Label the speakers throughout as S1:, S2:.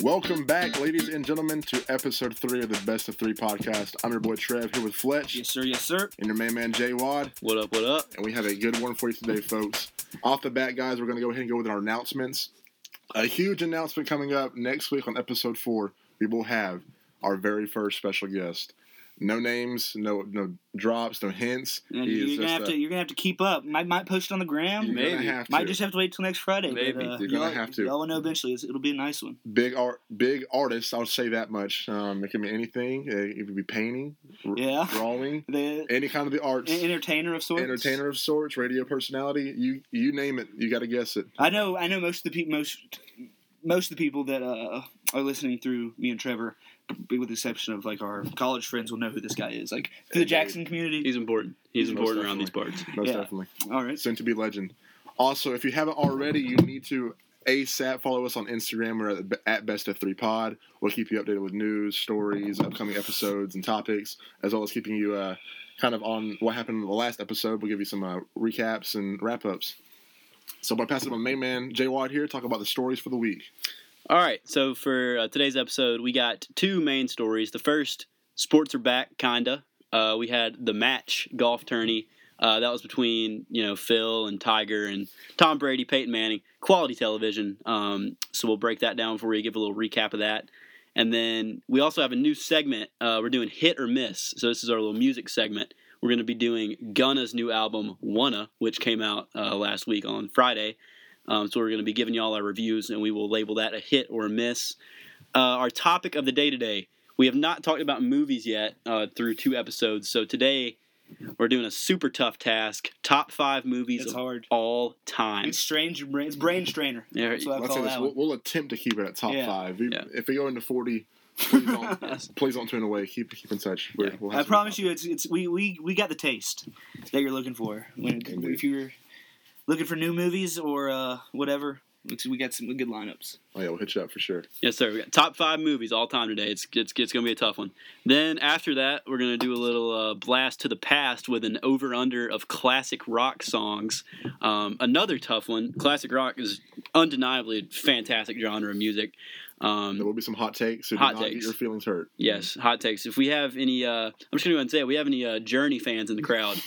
S1: Welcome back, ladies and gentlemen, to episode three of the Best of Three podcast. I'm your boy Trev here with Fletch
S2: Yes, sir. Yes, sir.
S1: and your main man Jay Wad,
S2: What up? What up?
S1: and we have a good one for you today, folks. Off the bat, guys, we're going to go ahead and go with our announcements. A huge announcement coming up next week on episode four. We will have our very first special guest. No names, no no drops, no hints.
S3: Yeah,
S1: He is
S3: you're gonna
S1: just
S3: have
S1: a-
S3: to. You're gonna have to keep up. Might might post it on the gram.
S1: you're gonna
S2: Maybe.
S1: have
S3: Might
S1: to.
S3: just have to wait till next Friday.
S2: Maybe.
S3: But, uh,
S1: You're gonna
S3: y'all-
S1: have to.
S3: Y'all will know eventually. It's, it'll be a nice one.
S1: big art, big artists. I'll say that much. Um, it can be anything. It, it could be painting, r-
S3: Yeah.
S1: drawing,
S3: The
S1: any kind of the arts.
S3: en- entertainer of sorts.
S1: entertainer of sorts, radio personality. You you name it, you got to guess it.
S3: I know. I know most of the people. Most most of the people that uh, are listening through me and Trevor, b- with the exception of like our college friends, will know who this guy is. Like through the Jackson community.
S2: He's important. He's
S1: Most
S2: important around these parts.
S1: Most
S3: Yeah.
S1: definitely,
S3: All right.
S1: soon to be legend. Also, if you haven't already, you need to ASAP follow us on Instagram. We're at, at Best of Three Pod. We'll keep you updated with news, stories, upcoming episodes, and topics, as well as keeping you uh, kind of on what happened in the last episode. We'll give you some uh, recaps and wrap ups. So, by passing my main man Jay Watt here, talk about the stories for the week.
S2: All right. So for uh, today's episode, we got two main stories. The first, sports are back, kinda. Uh, we had the match golf tourney. Uh, that was between you know Phil and Tiger and Tom Brady, Peyton Manning. Quality television. Um, so we'll break that down for you. Give a little recap of that. And then we also have a new segment. Uh, we're doing hit or miss. So this is our little music segment. We're going to be doing Gunna's new album Wanna, which came out uh, last week on Friday. Um, so we're going to be giving you all our reviews, and we will label that a hit or a miss. Uh, our topic of the day today, we have not talked about movies yet uh, through two episodes. So today we're doing a super tough task: top five movies
S3: It's
S2: of
S3: hard.
S2: all time.
S3: It's strange. your brain- It's brain strainer.
S2: There-
S3: That's what I
S1: Let's say
S3: call
S1: this.
S3: that
S1: We'll,
S3: one.
S1: we'll attempt to keep it at top
S3: Yeah.
S1: five. We-
S2: Yeah.
S1: If we go into forty, please don't
S2: Yes.
S1: Please don't turn away. Keep keep in touch. We're,
S2: Yeah.
S1: we'll have
S3: I
S1: some-
S3: promise you, it's it's we, we we got the taste that you're looking for. When
S1: Indeed.
S3: if you're looking for new movies or uh, whatever, looks we got some good lineups.
S1: Oh yeah, we'll hit you up for sure.
S3: Mm-hmm.
S2: Yes, sir. We got top five movies all time today. It's it's, it's going to be a tough one. Then after that, we're going to do a little uh, blast to the past with an over under of classic rock songs. Um, another tough one. Classic rock is undeniably a fantastic genre of music.
S1: There
S2: Um,
S1: will be some hot takes. So
S2: Hot
S1: do not
S2: takes.
S1: Get your feelings hurt.
S2: yes, hot takes. If we have any, uh, I'm just going to go ahead and say it. We have any uh, Journey fans in the crowd?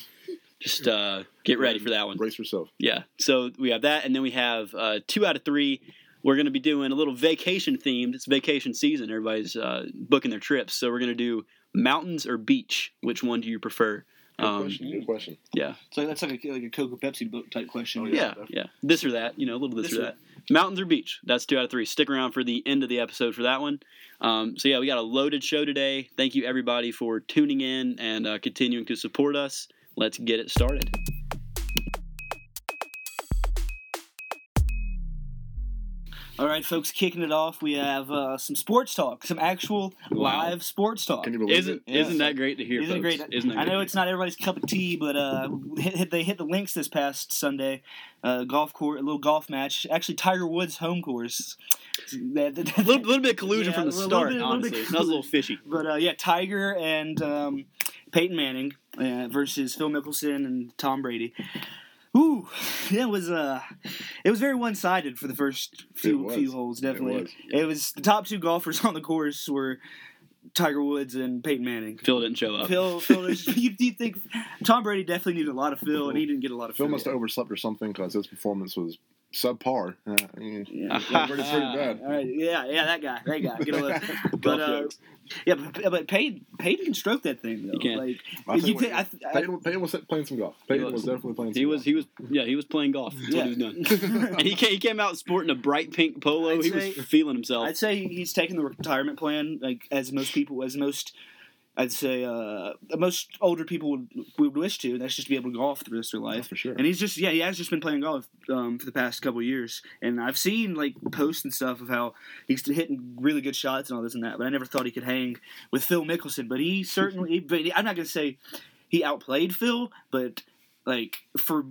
S2: Just uh, get ready for that one.
S1: Brace yourself.
S2: Yeah. So we have that, and then we have uh, two out of three. We're going to be doing a little vacation themed. It's vacation season. Everybody's uh, booking their trips, so we're going to do mountains or beach. Which one do you prefer?
S1: Good
S2: Um,
S1: question. Good question.
S2: yeah,
S3: So that's like a like a Coca Pepsi book type question.
S1: Oh,
S2: yeah,
S1: definitely.
S2: yeah. This or that. You know, a little this,
S3: This
S2: or
S3: or
S2: that. Mountains or beach. That's two out of three. Stick around for the end of the episode for that one. Um, so yeah, we got a loaded show today. Thank you everybody for tuning in and uh, continuing to support us. Let's get it started.
S3: All right, folks, kicking it off. We have uh, some sports talk, some actual live sports talk.
S1: Can you believe
S2: Isn't
S1: it?
S3: Yeah.
S2: isn't that great to hear?
S3: Isn't it
S2: folks?
S3: great?
S2: Isn't that
S3: I know
S2: great?
S3: it's not everybody's cup of tea, but uh, hit, hit, they hit the links this past Sunday. Uh, golf court, a little golf match. Actually, Tiger Woods' home course. That- that-
S2: A little, little bit of collusion
S3: Yeah,
S2: from the
S3: a little
S2: start,
S3: bit- a little bit
S2: honestly. That was a little fishy.
S3: But uh, yeah, Tiger and um, Peyton Manning uh, versus Phil Mickelson and Tom Brady. Ooh, it was uh, it was very one sided for the first few
S1: was.
S3: few holes. Definitely, it
S1: was.
S3: was. the top two golfers on the course were Tiger Woods and Peyton Manning.
S2: Phil uh, didn't show up.
S3: Phil, Phil, you, do you think Tom Brady definitely needed a lot of Phil, and he didn't get a lot of Phil.
S1: Phil must have overslept or something because his performance was subpar. Uh, I mean,
S3: Yeah.
S1: yeah, pretty, pretty bad.
S3: All right, yeah, yeah, that guy, that guy, get a look. but uh, yeah, but, but Peyton, Peyton can stroke that thing though.
S2: He can.
S3: Like
S1: I'll tell
S3: you
S1: you
S3: think-
S1: what,
S3: I- I-
S1: Peyton, Peyton was playing some golf. Peyton
S2: was.
S1: was, definitely playing. Some
S2: he was, he was, yeah, he was playing golf. That's what he was doing.
S1: golf.
S2: And he came, he came out sporting a bright pink polo.
S3: I'd
S2: he
S3: say-
S2: was feeling himself.
S3: I'd say he's taking the retirement plan, like as most people, as most, I'd say, uh, most older people would, would wish to. That's just to be able to golf the rest of their life.
S1: for sure.
S3: And he's just, yeah, he has just been playing golf um, for the past couple of years. And I've seen like posts and stuff of how he's hitting really good shots and all this and that. But I never thought he could hang with Phil Mickelson. But he certainly, but I'm not gonna say he outplayed Phil, but like for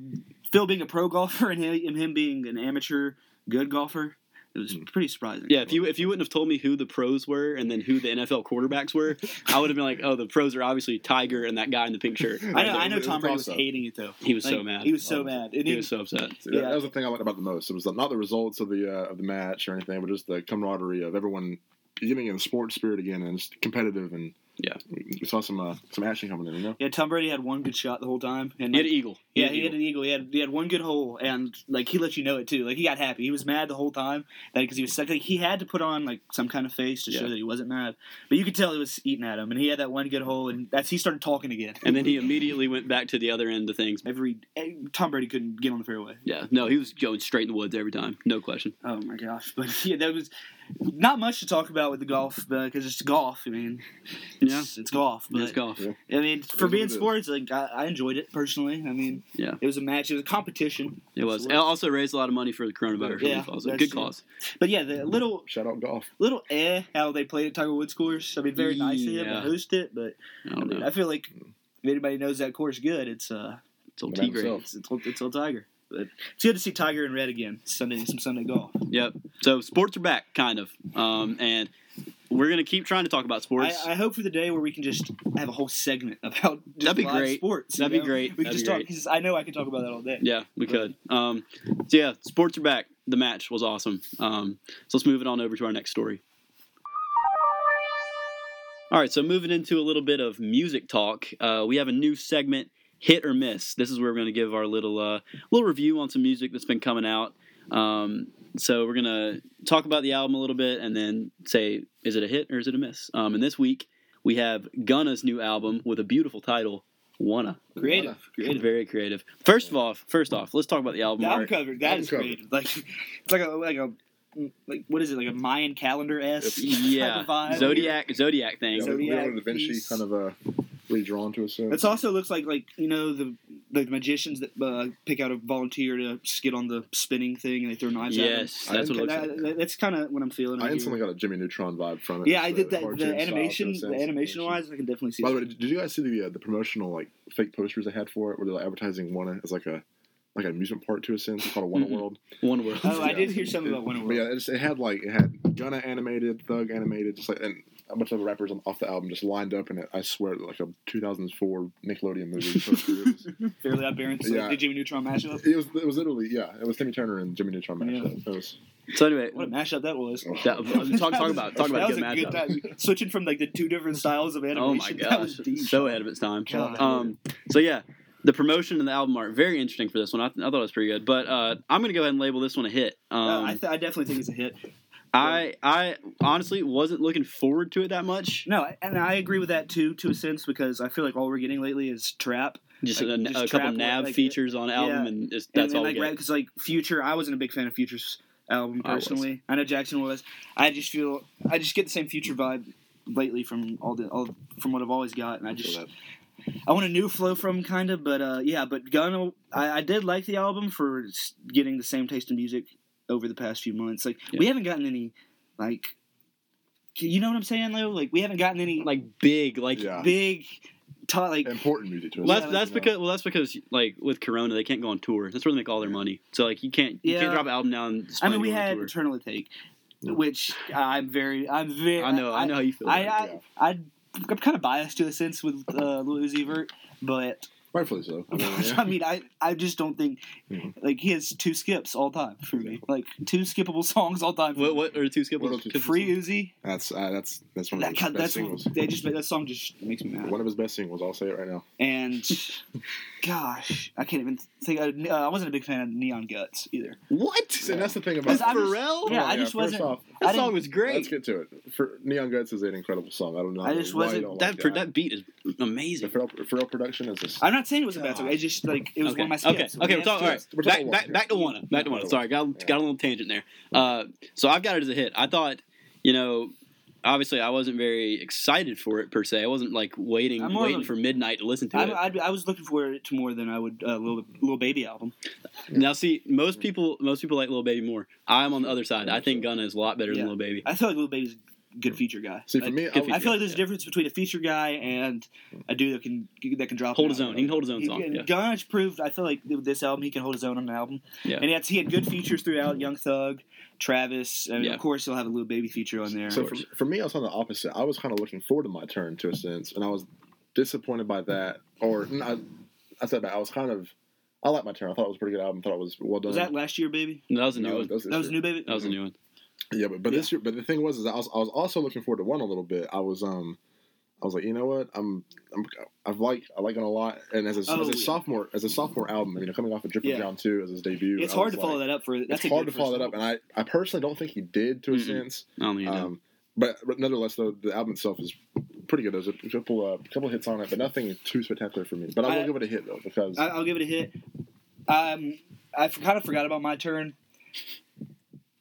S3: Phil being a pro golfer and him, and him being an amateur good golfer, It was
S2: Hmm.
S3: pretty surprising.
S2: Yeah, if you if you wouldn't have told me who the pros were and then who the NFL quarterbacks were, I would have been like, oh, the pros are obviously Tiger and that guy in the pink shirt.
S1: I
S3: I know, I know
S1: It was a
S3: Tom Brady was
S1: toss-up.
S3: hating it though.
S2: He was so
S3: Like,
S2: mad.
S3: He was so mad. And
S2: He
S3: he
S2: was so upset.
S1: So that-
S3: Yeah.
S1: That was the thing I liked about the most. It was not the results of the uh, of the match or anything, but just the camaraderie of everyone getting in the sports spirit again and just competitive and
S2: Yeah.
S1: we we saw some uh, some action coming in. You know,
S3: yeah, Tom Brady had one good shot the whole time, and
S2: He had
S3: like,
S2: an eagle. He
S3: yeah,
S2: had an
S3: he
S2: eagle.
S3: had an eagle. He had he had one good hole, and like he let you know it too. Like he got happy. He was mad the whole time because he was like he had to put on like some kind of face to
S2: Yeah.
S3: show that he wasn't mad, but you could tell he was eating at him. And he had that one good hole, and that's he started talking again.
S2: and then he immediately went back to the other end of things.
S3: every eh, Tom Brady couldn't get on the fairway.
S2: Yeah, no, he was going straight in the woods every time, no question.
S3: Oh my gosh! But yeah, that was not much to talk about with the golf because it's golf. I mean, it's, it's golf. But
S2: Let's golf.
S1: Yeah.
S3: I mean,
S1: what
S3: for
S1: it
S3: being
S1: is.
S3: sports, like I, I enjoyed it personally. I mean,
S2: Yeah.
S3: it was a match. It was a competition.
S2: It was. It also raised a lot of money for the coronavirus
S3: Yeah,
S2: relief. Also,
S3: that's
S2: good
S3: true.
S2: cause.
S3: But yeah, the little
S1: shout out golf.
S3: little eh how they played at Tiger Woods course. I mean, very nice of him
S2: Yeah.
S3: to host it, but
S2: I
S3: I,
S2: don't
S3: mean,
S2: know.
S3: I feel like if anybody knows that course good, it's uh,
S2: It's old
S1: about
S2: T grade.
S1: himself.
S3: it's it's, old- it's old Tiger. But it's good to see Tiger in red again Sunday. Some Sunday golf.
S2: Yep. So sports are back, kind of, um, and we're gonna keep trying to talk about
S3: I,
S2: sports.
S3: I hope for the day where we can just have a whole segment about just
S2: That'd be
S3: live
S2: great.
S3: sports. you
S2: That'd be
S3: know?
S2: great.
S3: We
S2: That'd
S3: can just
S2: be
S3: talk
S2: great.
S3: because I know I can talk about that all day.
S2: Yeah, we could. Um, so yeah, sports are back. The match was awesome. Um, so let's move it on over to our next story. All right, so moving into a little bit of music talk, uh, we have a new segment, hit or miss. This is where we're going to give our little uh, little review on some music that's been coming out. Um, so we're going to talk about the album a little bit and then say, is it a hit or is it a miss? Um, and this week we have Gunna's new album with a beautiful title, Wanna.
S3: Creative, creative.
S2: Very creative. First of all, first off, let's talk about the album
S3: The album
S2: art.
S3: cover. That
S1: Album
S3: is
S1: cover.
S3: creative. Like it's like a like a like what is it like a Mayan calendar esque
S2: Yeah,
S3: type of vibe.
S2: Zodiac, Zodiac thing.
S1: Yeah,
S3: Zodiac
S1: Leonardo da Vinci
S3: piece.
S1: kind of uh, redrawn to us. Uh,
S3: It also looks like like you know the the magicians that uh, pick out a volunteer to skid on the spinning thing and they throw knives
S2: Yes,
S1: I
S2: that's what it
S3: at them.
S2: looks like.
S3: That, that- that's kind of what I'm feeling.
S1: I
S3: right
S1: instantly got a Jimmy Neutron vibe from
S3: here.
S1: it.
S3: yeah, I
S1: Just
S3: did that.
S1: cartoon
S3: The
S1: style
S3: animation,
S1: sort of
S3: the
S1: sense.
S3: animation wise, I can definitely see.
S1: By the
S3: that.
S1: way, did you guys see the uh, the promotional like fake posters they had for it, where they're like, advertising one as like a like an amusement park to a sense? It's called a Wonder
S2: Mhm.
S3: Mm-hmm.
S1: World.
S2: One world.
S3: Oh, I
S1: Yeah.
S3: did hear something about Winter
S1: But
S3: World.
S1: yeah, it, just, it had like it had Gunna animated, Thug animated, just like and a bunch of the rappers on, off the album just lined up in it. I swear, like a 2004 Nickelodeon movie. poster. it, was,
S3: Fairly Odd Parents, like
S1: Yeah.
S3: the Jimmy Neutron mashup.
S1: it was it was literally yeah, it was Timmy Turner and Jimmy Neutron mashup. It was
S2: So anyway,
S3: What a mashup that was.
S1: Oh.
S2: that, talk, talk about it. talk about a good
S3: that was
S2: matchup.
S3: a good time. Switching from like the two different styles of animation.
S2: oh my
S3: That was
S2: gosh,
S3: deep.
S2: so ahead of its time.
S3: God.
S2: Um, so yeah, the promotion and the album art very interesting for this one. I, th- I thought it was pretty good, but uh, I'm gonna go ahead and label this one a hit. Um,
S3: Uh, I, th- I definitely think it's a hit.
S2: I I honestly wasn't looking forward to it that much.
S3: No, I- and I agree with that too, to a sense, because I feel like all we're getting lately is trap.
S2: Just,
S3: Like,
S2: a,
S3: just
S2: a couple
S3: trap with,
S2: nav
S3: like,
S2: features on the album,
S3: yeah.
S2: and just,
S3: And-
S2: that's
S3: and,
S2: all.
S3: like
S2: we get.
S3: because like Future, I wasn't a big fan of Future's album
S2: I was.
S3: personally. I, know Jackson was. I just feel I just get the same Future vibe lately from all the all from what I've always got, and I just I want a new flow from kind of, but uh, yeah, but Gunna, I, I did like the album for s- getting the same taste in music over the past few months. Like we haven't gotten any, like, you know what I'm saying, Leo? Like we haven't gotten any like
S2: like big, like
S1: Yeah.
S3: big, ta- like
S1: important music to us.
S2: Well,
S3: Yeah,
S2: that's, that's
S1: you know.
S2: because well, that's because like with Corona, they can't go on tour. That's where they make all their money. So like you can't you can't
S3: Yeah.
S2: drop an album now. And
S3: I mean, we
S2: on
S3: had
S2: Tour.
S3: Eternal Take,
S1: Yeah.
S3: which I'm very, I'm very,
S2: I know, I, know how you feel.
S3: I,
S2: about
S3: I, I, I'm kind of biased to a sense with uh, Lil Uzi Vert, but
S1: rightfully so. I mean, yeah.
S3: I mean, I, I just don't think
S1: Mhm.
S3: like he has two skips all time for me, like two skippable songs all time.
S2: it.
S3: for
S2: What
S3: me.
S2: what are the two skippers?
S1: What are the two-
S3: Free Uzi,
S1: That's uh, that's that's one of
S3: that
S1: his
S3: kind-
S1: best
S3: that's
S1: singles.
S3: they just that song just makes me mad.
S1: One of his best singles. I'll say it right now.
S3: And gosh, I can't even think. I, uh, I wasn't a big fan of Neon Guts either.
S2: What?
S1: And that's the thing about
S3: Because I'm just-
S2: Pharrell?
S3: yeah,
S1: Come on,
S3: I just
S1: first
S3: wasn't-
S1: Off,
S3: I
S2: that
S3: didn't-
S2: song was
S1: Let's
S2: great.
S1: get to it. For, Neon Guts is an incredible song. I don't know.
S3: I just
S1: why you
S3: wasn't-
S1: don't
S2: That
S1: like
S2: pro- that beat is
S1: The
S2: amazing.
S1: Pharrell, Pharrell production is just.
S3: I'm not saying it was a bad song. It's just like it was
S2: okay.
S3: one of my
S2: okay,
S3: skips.
S2: okay, we're talking. All right,
S1: skips. We're
S2: back,
S1: talking
S2: back,
S1: Wanna.
S2: back to Wanna. Back to Wanna. Sorry, got
S1: Yeah.
S2: got a little tangent there. Uh, so I've got it as a hit. I thought, you know, obviously I wasn't very excited for it per se. I wasn't like waiting
S3: I'm more
S2: waiting
S3: of a-
S2: for midnight to listen to
S3: I,
S2: it.
S3: I, I was looking for it to more than I would uh, little little baby album.
S2: Now, see, most people, most people like Little Baby more. I'm on the other side. I think Gunna is a lot better
S3: Yeah.
S2: than Little Baby.
S3: I feel like little baby's good feature guy.
S1: See, for
S3: I,
S1: me, I,
S2: good
S1: would-
S3: I feel like there's
S2: Yeah.
S3: a difference between a feature guy and a dude that can that can drop.
S2: Hold
S3: it
S2: his
S3: out.
S2: own. He can hold his own
S3: He-
S2: song.
S3: and
S2: Yeah.
S3: Gunge proved. I feel like with this album, he can hold his own on an album.
S2: Yeah.
S3: And he had, he had good features throughout. Young Thug, Travis, and
S2: Yeah.
S3: of course he'll have a little baby feature on there.
S1: So for, for me, I was on the opposite. I was kind of looking forward to my turn to a sense, and I was disappointed by that. Or n- I, I said that I was kind of. I like my turn. I thought it was a pretty good album. Thought it was well done.
S3: was that last year, baby?
S2: That was a new
S1: No,
S2: one.
S1: that was this
S3: That was
S1: year.
S3: new, baby.
S2: uh, That was a new one.
S1: Yeah, but but this year, but the thing was, is I was I was also looking forward to one a little bit. I was um, I was like, you know what, I'm I'm I've liked I like it a lot, and as a,
S3: Oh,
S1: as a
S3: yeah.
S1: sophomore as a sophomore album, you know, coming off of Drip
S3: Yeah.
S1: and Down two as his debut,
S3: It's hard to follow that up for. That's
S1: it's
S3: a
S1: hard to
S3: good
S1: follow
S3: first
S1: that up, and I I personally don't think he did to a
S2: Mm-mm.
S1: sense.
S2: I don't think you know.
S1: Um, but, but nonetheless, though, the album itself is pretty good. There's a couple uh, couple hits on it, but nothing too spectacular for me. But I will
S3: I-
S1: give it a hit though because
S3: I, I'll give it a hit. Um, I kind of forgot about my turn.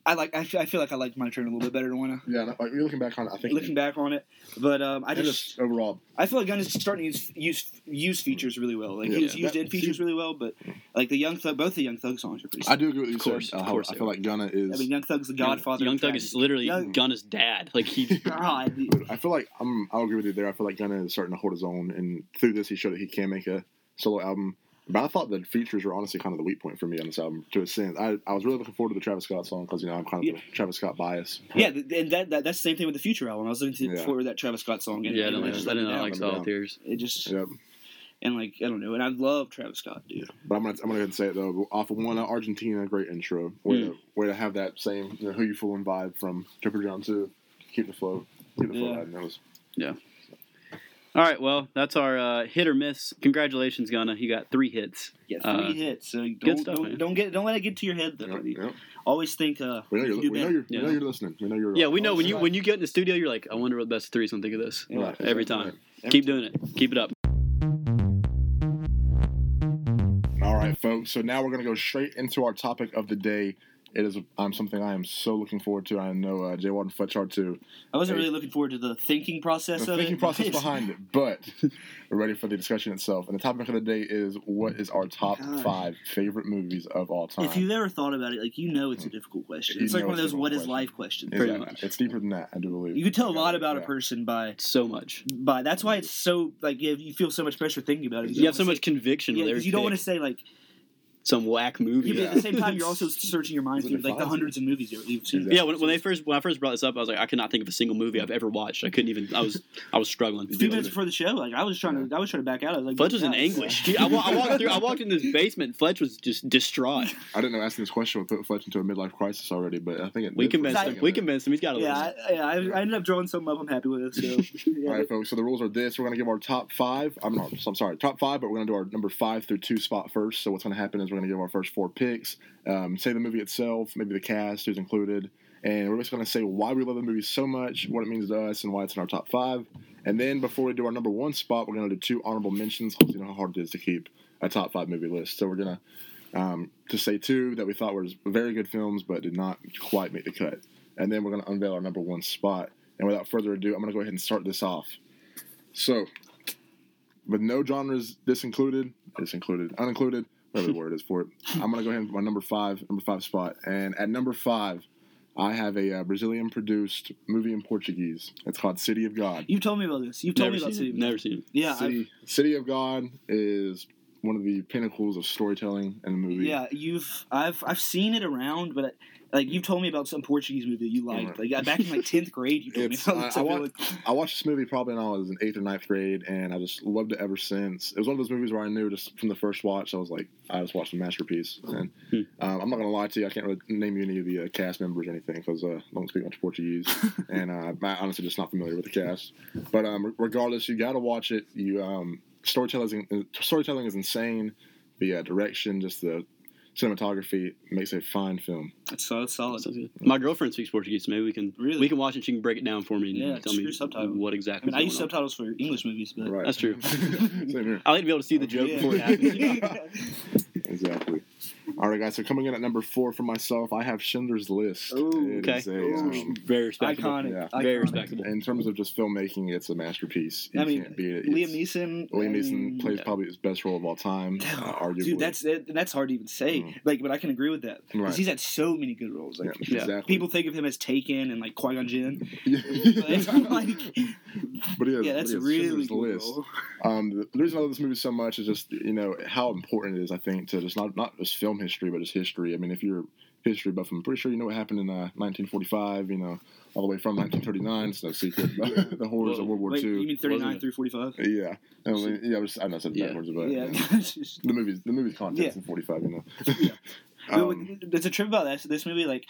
S3: I like. I feel, I feel like I liked my turn a little bit better than when I
S1: yeah, and I- like, looking back on it, I think
S3: looking back on it. But um, I
S1: and
S3: just
S1: overall
S3: I feel like Gunn is starting to use use, use features really well. Like
S1: Yeah.
S3: he was used
S1: That-
S3: in features really well, but like the young thug, both the young thug songs are pretty.
S1: I do agree with you.
S2: Of course,
S1: sir.
S2: of
S1: I-
S2: course
S1: I
S2: they
S1: feel
S2: are.
S1: like Gunna is.
S3: I mean, Young Thug's the Godfather.
S2: Young
S3: of
S2: Thug
S3: trap.
S2: is literally
S3: Young-
S2: Gunna's dad. Like he.
S3: God, dude.
S1: I feel like I'm. I'll agree with you there. I feel like Gunna is starting to hold his own, and through this, he showed that he can make a solo album. But I thought the features were honestly kind of the weak point for me on this album, to a sense. I, I was really looking forward to the Travis Scott song because you know I'm kind of
S3: Yeah.
S1: a Travis Scott bias.
S3: Yeah, th- and that, that that's the same thing with the Future album. I was looking to,
S1: Yeah.
S3: for that Travis Scott song. And
S2: Yeah, I
S3: and
S2: don't
S1: Yeah,
S2: like.
S3: just
S1: yeah.
S2: I
S3: let
S2: did
S3: it
S2: not
S3: down.
S2: like
S1: Yeah.
S2: Solid Tears.
S3: It just
S1: Yep.
S3: and like I don't know, and I love Travis Scott, dude.
S1: But I'm gonna I'm gonna go ahead and say it though. Off of one uh, Argentina, great intro. Way
S2: Mm.
S1: to way to have that same you know, who you fooling vibe from Triple Down Two. Keep the flow. Keep the flow.
S3: Yeah.
S1: riding. That was
S2: All right, well, that's our uh, hit or miss. Congratulations, Gunna. You got three hits.
S3: Yeah, three
S2: Uh,
S3: hits. So don't
S2: stuff, man.
S3: don't, don't get don't let it get to your head though.
S1: yep,
S3: buddy.
S1: yep.
S3: Always think uh
S1: We know you're,
S3: you
S1: we
S3: can
S1: know
S3: do better.
S1: you're, we know
S2: Yeah.
S1: you're listening. We know you're.
S2: Yeah, we know when
S3: Oh,
S2: you
S3: right.
S2: when you get in the studio, you're like, I wonder what best threes. I'm think of this
S3: Yeah.
S1: Right.
S2: every time. Keep doing it. Keep it up.
S1: All
S3: Mm-hmm.
S1: right, folks. So now we're going to go straight into our topic of the day. It is um, something I am so looking forward to. I know uh, Jay Ward and Fletch are too.
S3: I wasn't
S1: Hey.
S3: really looking forward to the thinking process
S1: The
S3: of
S1: thinking
S3: it.
S1: process behind it, but we're ready for the discussion itself. And the topic of the day is what is our top
S3: God.
S1: five favorite movies of all time?
S3: Oh If you've ever thought about it, like you know it's a difficult question.
S1: Mm. You
S3: it's like
S1: know
S3: one of
S1: it's
S3: those
S1: a
S3: what is
S1: difficult
S3: life questions.
S1: It's-
S2: Pretty much.
S1: It's deeper than that, I do believe.
S3: You can tell a lot about
S1: Yeah.
S3: a person by
S2: So much.
S3: by that's why it's so like you, you feel so much pressure thinking about it.
S2: You have so much conviction with
S3: yeah,
S2: every
S3: 'cause you don't want to
S2: pick.
S3: say like
S2: some whack movie.
S3: you, but at the same time you're also searching your mind
S1: It's
S3: through
S1: like
S3: like the
S1: five.
S3: hundreds of movies you've you've seen.
S1: Exactly.
S2: Yeah, when, when they first when I first brought this up, I was like, I could not think of a single movie I've ever watched. I couldn't even. I was I was struggling.
S3: A few minutes before the show, like I was trying to, I was trying to back out. I was like,
S2: Fletch was in
S3: "Yeah,
S2: anguish. He- I, wa- I walked through. I walked in this basement. Fletch was just distraught.
S1: I didn't know asking this question would put Fletch into a midlife crisis already, but I think it
S2: We
S1: did for a
S2: convinced
S1: second
S2: him. We
S1: there.
S2: convinced him. He's got to
S3: Yeah,
S2: lose.
S3: I, yeah, I, I ended up drawing something up. I'm happy with it. So, yeah.
S1: All right, folks. So the rules are this: we're gonna give our top five. I'm not. I'm sorry, top five, but we're gonna do our number five through two spot first. So what's gonna happen is we're gonna give our first four picks, um, say the movie itself, maybe the cast who's included, and we're just gonna say why we love the movie so much, what it means to us, and why it's in our top five. And then before we do our number one spot, we're gonna do two honorable mentions. 'cause You know how hard it is to keep a top five movie list. So we're gonna um, just say two that we thought were very good films, but did not quite make the cut. And then we're gonna unveil our number one spot. And without further ado, I'm going to go ahead and start this off. So, with no genres disincluded, disincluded, unincluded, whatever the word is for it, I'm going to go ahead with my number five, number five spot. And at number five, I have a uh, Brazilian produced movie in Portuguese. It's called City of God.
S3: You've told me about this. You've told
S2: Never
S3: me about
S2: seen.
S3: City.
S2: It. Never seen. It.
S3: Yeah, I,
S1: City, City of God is one of the pinnacles of storytelling in the movie.
S3: yeah. You've I've I've seen it around, but like you've told me about some Portuguese movie that you liked. Like uh, back in like tenth grade, you told
S1: It's-
S3: me
S1: I-
S3: about. this. I
S1: I
S3: feel
S1: want-
S3: like-
S1: I watched this movie probably when I was in eighth or ninth grade, and I just loved it ever since. It was one of those movies where I knew just from the first watch, I was like, I just watched a masterpiece. And
S2: Hmm.
S1: um, I'm not gonna lie to you, I can't really name you any of the uh, cast members or anything because uh, I don't speak much Portuguese, and uh, I'm honestly just not familiar with the cast. But um, regardless, you gotta watch it. You um, storytelling is, storytelling is insane. The uh, direction, just the cinematography makes a fine film.
S3: That's so that's solid.
S2: Oh, Sounds good. My girlfriend speaks Portuguese, so maybe we can
S3: Really?
S2: we can watch it. She can break it down for me and
S3: Yeah,
S2: tell me
S3: screw subtitles.
S2: what
S3: I
S2: exactly.
S3: mean, I use
S2: is going on.
S3: subtitles Oh, for English movies, but
S1: Right.
S2: That's true.
S1: Same here.
S2: I like to be able to see the joke
S3: Yeah.
S2: before it happens.
S1: Exactly. All right, guys. So coming in at number four for myself, I have Schindler's List.
S3: Ooh,
S1: It
S2: okay.
S1: is a, um,
S2: Very respectable.
S3: Iconic.
S1: yeah.
S3: iconic.
S2: Very respectable.
S1: in terms of just filmmaking, it's a masterpiece. You
S3: I mean,
S1: can't beat it.
S3: Liam
S1: It's-
S3: Neeson.
S1: Liam Neeson
S3: and-
S1: plays probably his best role of all time, uh, arguably.
S3: Dude, that's that, that's hard to even say.
S1: Mm.
S3: Like, but I can agree with that because
S1: Right.
S3: he's had so many good roles. Like,
S1: yeah,
S2: yeah.
S1: exactly.
S3: people think of him as Taken and like Qui Gon Jinn. But, like,
S1: but yeah,
S3: yeah, that's really good
S1: list.
S3: role.
S1: Um, the- the reason I love this movie so much is just you know how important it is. I think to just not not just film history, but just history. I mean, if you're a history buff, I'm pretty sure you know what happened in uh, 1945. You know, all the way from 1939. It's no secret. but the horrors of
S2: Whoa.
S1: World War
S3: Wait, you
S1: II.
S3: mean thirty nine
S2: Wasn't it?
S3: through forty five?
S1: Yeah, I mean, yeah. I, was, I know I said
S2: Yeah.
S1: backwards, oh. but
S3: Yeah,
S1: yeah. the movie's the movie's context in 45. You know.
S3: Yeah.
S1: Um,
S3: But there's a trip about that. This movie, like,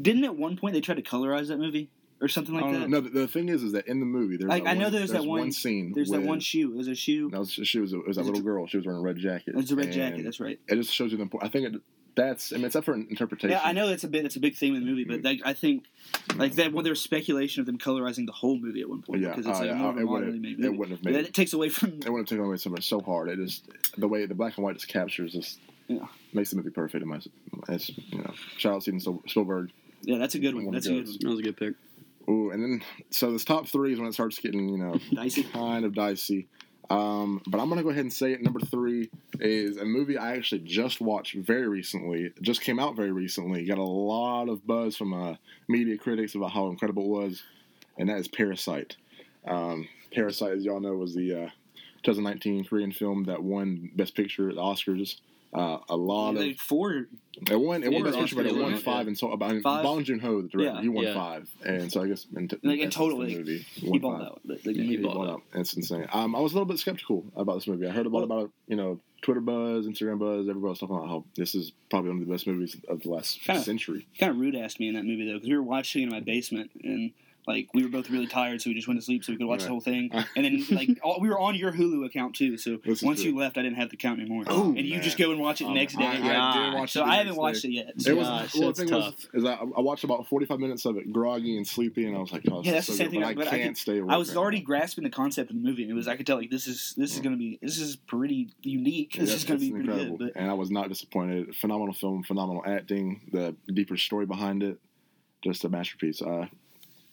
S3: didn't at one point they try to colorize that movie or something like
S1: I don't
S3: that?
S1: know. No, the, the thing is, is that in the movie, there's
S3: Like,
S1: that
S3: I know
S1: one-
S3: there's that one-
S1: scene.
S3: There's that
S1: with-
S3: one shoe. It was a shoe.
S1: That was, she was, a, it was that
S3: It's a
S1: little
S3: tr-
S1: girl. She was wearing a red jacket.
S3: It's a red
S1: And
S3: jacket. That's right.
S1: It just shows you the important. I think it, that's. I mean, it's up for an interpretation.
S3: Yeah, I know that's a bit. That's a big thing in the movie, but like, I think like that when there was speculation of them colorizing the whole movie at one point
S1: Yeah,
S3: because it's
S1: oh,
S3: like
S1: yeah,
S3: more of a
S1: it would've-
S3: modernly made
S1: It
S3: movie.
S1: wouldn't have
S3: That
S1: made.
S3: it takes away from
S1: It wouldn't have taken away so much so hard. It is the way the black and white just captures this.
S3: Yeah.
S1: Makes the movie perfect in my. It's you know shout out Steven Spiel- Spielberg.
S3: yeah. That's a good one.
S1: One of
S3: That's a good
S1: those.
S3: one.
S2: That was a good pick.
S1: Ooh, and then so this top three is when it starts getting you know
S3: Dicey.
S1: kind of dicey. Um, but I'm gonna go ahead and say it. Number three is a movie I actually just watched very recently. It Just came out very recently. Got a lot of buzz from uh, media critics about how incredible it was, and that is Parasite. Um, Parasite, as y'all know, was the uh, 2019 Korean film that won Best Picture at the Oscars. Uh, a lot of
S3: Like, four.
S1: it won. It won
S2: Yeah,
S1: Best Picture, but it
S2: Oscar,
S1: won
S2: yeah.
S1: five and so. I mean,
S3: Five?
S1: Bong Joon Ho, the director,
S3: Yeah.
S1: he won
S2: Yeah.
S1: five, and so I guess in, t-
S3: Like, in
S1: essence,
S3: total,
S1: the
S3: like,
S1: movie
S3: He
S1: won
S3: balled
S1: five.
S3: out. Like, the
S2: Yeah, he
S3: movie.
S1: Well,
S2: balled out.
S1: no, It's insane. Um, I was a little bit skeptical about this movie. I heard a lot about it, you know, Twitter buzz, Instagram buzz, everybody was talking about how this is probably one of the best movies of the last
S3: Kinda.
S1: century.
S3: Kind of rude asked me in that movie though because we were watching it in my basement and. Like we were both really tired, so we just went to sleep so we could watch the
S1: Right.
S3: whole thing. And then like all, we were on your Hulu account too, so
S1: This is
S3: once
S1: true.
S3: you left, I didn't have the account anymore.
S1: Oh,
S3: and you
S1: man.
S3: just go and watch it the
S1: Um,
S3: next day.
S1: I- I
S2: Yeah.
S1: did watch
S3: so
S1: it the
S3: I haven't
S1: next
S3: watched
S1: day.
S3: it yet.
S1: It
S3: so-
S1: was
S2: Gosh,
S1: well, the
S2: that's
S1: thing was
S2: tough.
S1: is I, I watched about forty five minutes of it, groggy and sleepy, and I was like, oh, this
S3: Yeah, that's
S1: is
S3: the
S1: so
S3: same
S1: good,
S3: thing,
S1: but I
S3: but I
S1: can't
S3: could-
S1: stay. Awake
S3: I was
S1: right
S3: already
S1: now.
S3: grasping the concept of the movie, and it was I could tell like this is this is
S1: Yeah.
S3: gonna be this is pretty unique. This
S1: Mm. Yeah,
S3: is gonna
S1: it's
S3: be pretty
S1: incredible.
S3: good. But
S1: and I was not disappointed. Phenomenal film, phenomenal acting, the deeper story behind it, just a masterpiece. Uh,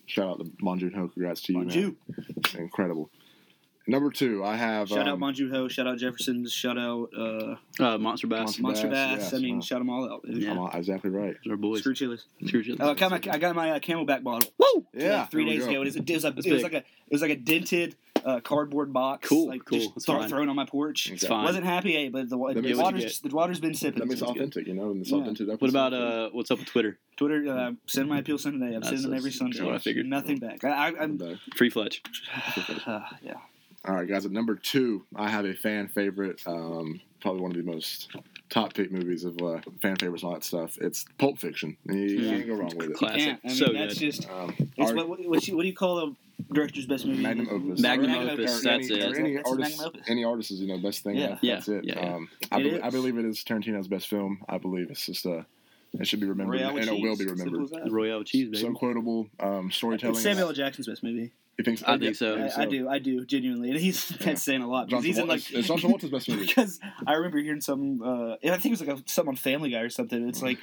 S1: shout out to Bong Joon Ho. Congrats to you, man.
S3: Manju,
S1: incredible. Number two, I have
S3: shout out
S1: um,
S3: Manju Ho, shout out Jefferson, shout out uh,
S2: Uh, Monster Bass.
S1: Monster
S2: Monster
S3: Monster
S1: Bass,
S3: Bass.
S1: yes,
S3: I mean,
S1: wow.
S3: shout them all out.
S2: Yeah.
S1: I'm on- exactly right.
S2: Our boys.
S3: Screw Chili's.
S2: Screw you.
S3: Oh, I got my I got my uh, Camelback bottle. Woo!
S1: Yeah,
S3: Like, three
S1: there we
S3: days
S1: go.
S3: ago. It was, it was, a,
S2: That's
S3: it was
S2: big.
S3: like a it was like a dented uh, cardboard box.
S2: Cool,
S3: like,
S2: cool.
S3: Just
S2: That's
S3: throw,
S2: fine.
S3: thrown on my porch.
S1: Exactly.
S2: It's fine.
S3: Wasn't happy, eh, but the,
S1: That
S3: wa- the
S1: means-
S3: water's the water's been sipping.
S1: That means
S3: since.
S1: authentic, you know, and it's
S3: Yeah.
S1: authentic.
S2: What about uh? What's up with Twitter?
S3: Twitter uh, send my appeal Sunday. I'm
S2: That's-
S3: sending them every
S2: that's
S3: Sunday.
S2: what I figured.
S3: Nothing back. I, I,
S1: uh,
S3: I'm
S2: Free Fletch.
S3: Ah, yeah.
S1: All right, guys. At number two, I have a fan favorite. Um, probably one of the most top pick movies of uh, fan favorites and all that stuff. It's Pulp Fiction. You can't go wrong with it.
S2: Classic.
S3: Yeah, I mean,
S2: so
S3: that's
S2: good.
S3: just
S1: Um,
S3: it's
S1: art-
S3: what, what, what, you, what do you call a director's best movie?
S1: Magnum opus.
S2: Magnum
S1: or
S2: opus, that's
S1: any,
S2: it.
S1: or any
S3: That's a
S1: artist,
S3: magnum opus.
S1: any artist is you know best thing.
S3: Yeah.
S1: That's,
S2: Yeah.
S1: that's it.
S2: Yeah, yeah.
S1: Um, I,
S3: It
S1: believe, I
S3: is.
S1: believe it is Tarantino's best film. I believe it's just uh, it should be remembered
S3: Royale with
S1: and it will
S3: cheese.
S1: be remembered.
S3: Simple as
S2: The Royale cheese,
S1: So
S2: baby.
S1: quotable um,
S3: that.
S1: storytelling.
S3: It's Samuel L. Jackson's best movie.
S1: You think so?
S2: I think so.
S1: Yeah,
S3: I, I do, I do, genuinely, and he's
S1: Yeah.
S3: that's saying a lot
S1: John
S3: because he's in
S1: Travolta-
S3: like
S1: it's- it's John Travolta's best movie.
S3: because I remember hearing some, uh, and I think it was like a, some on Family Guy or something. It's like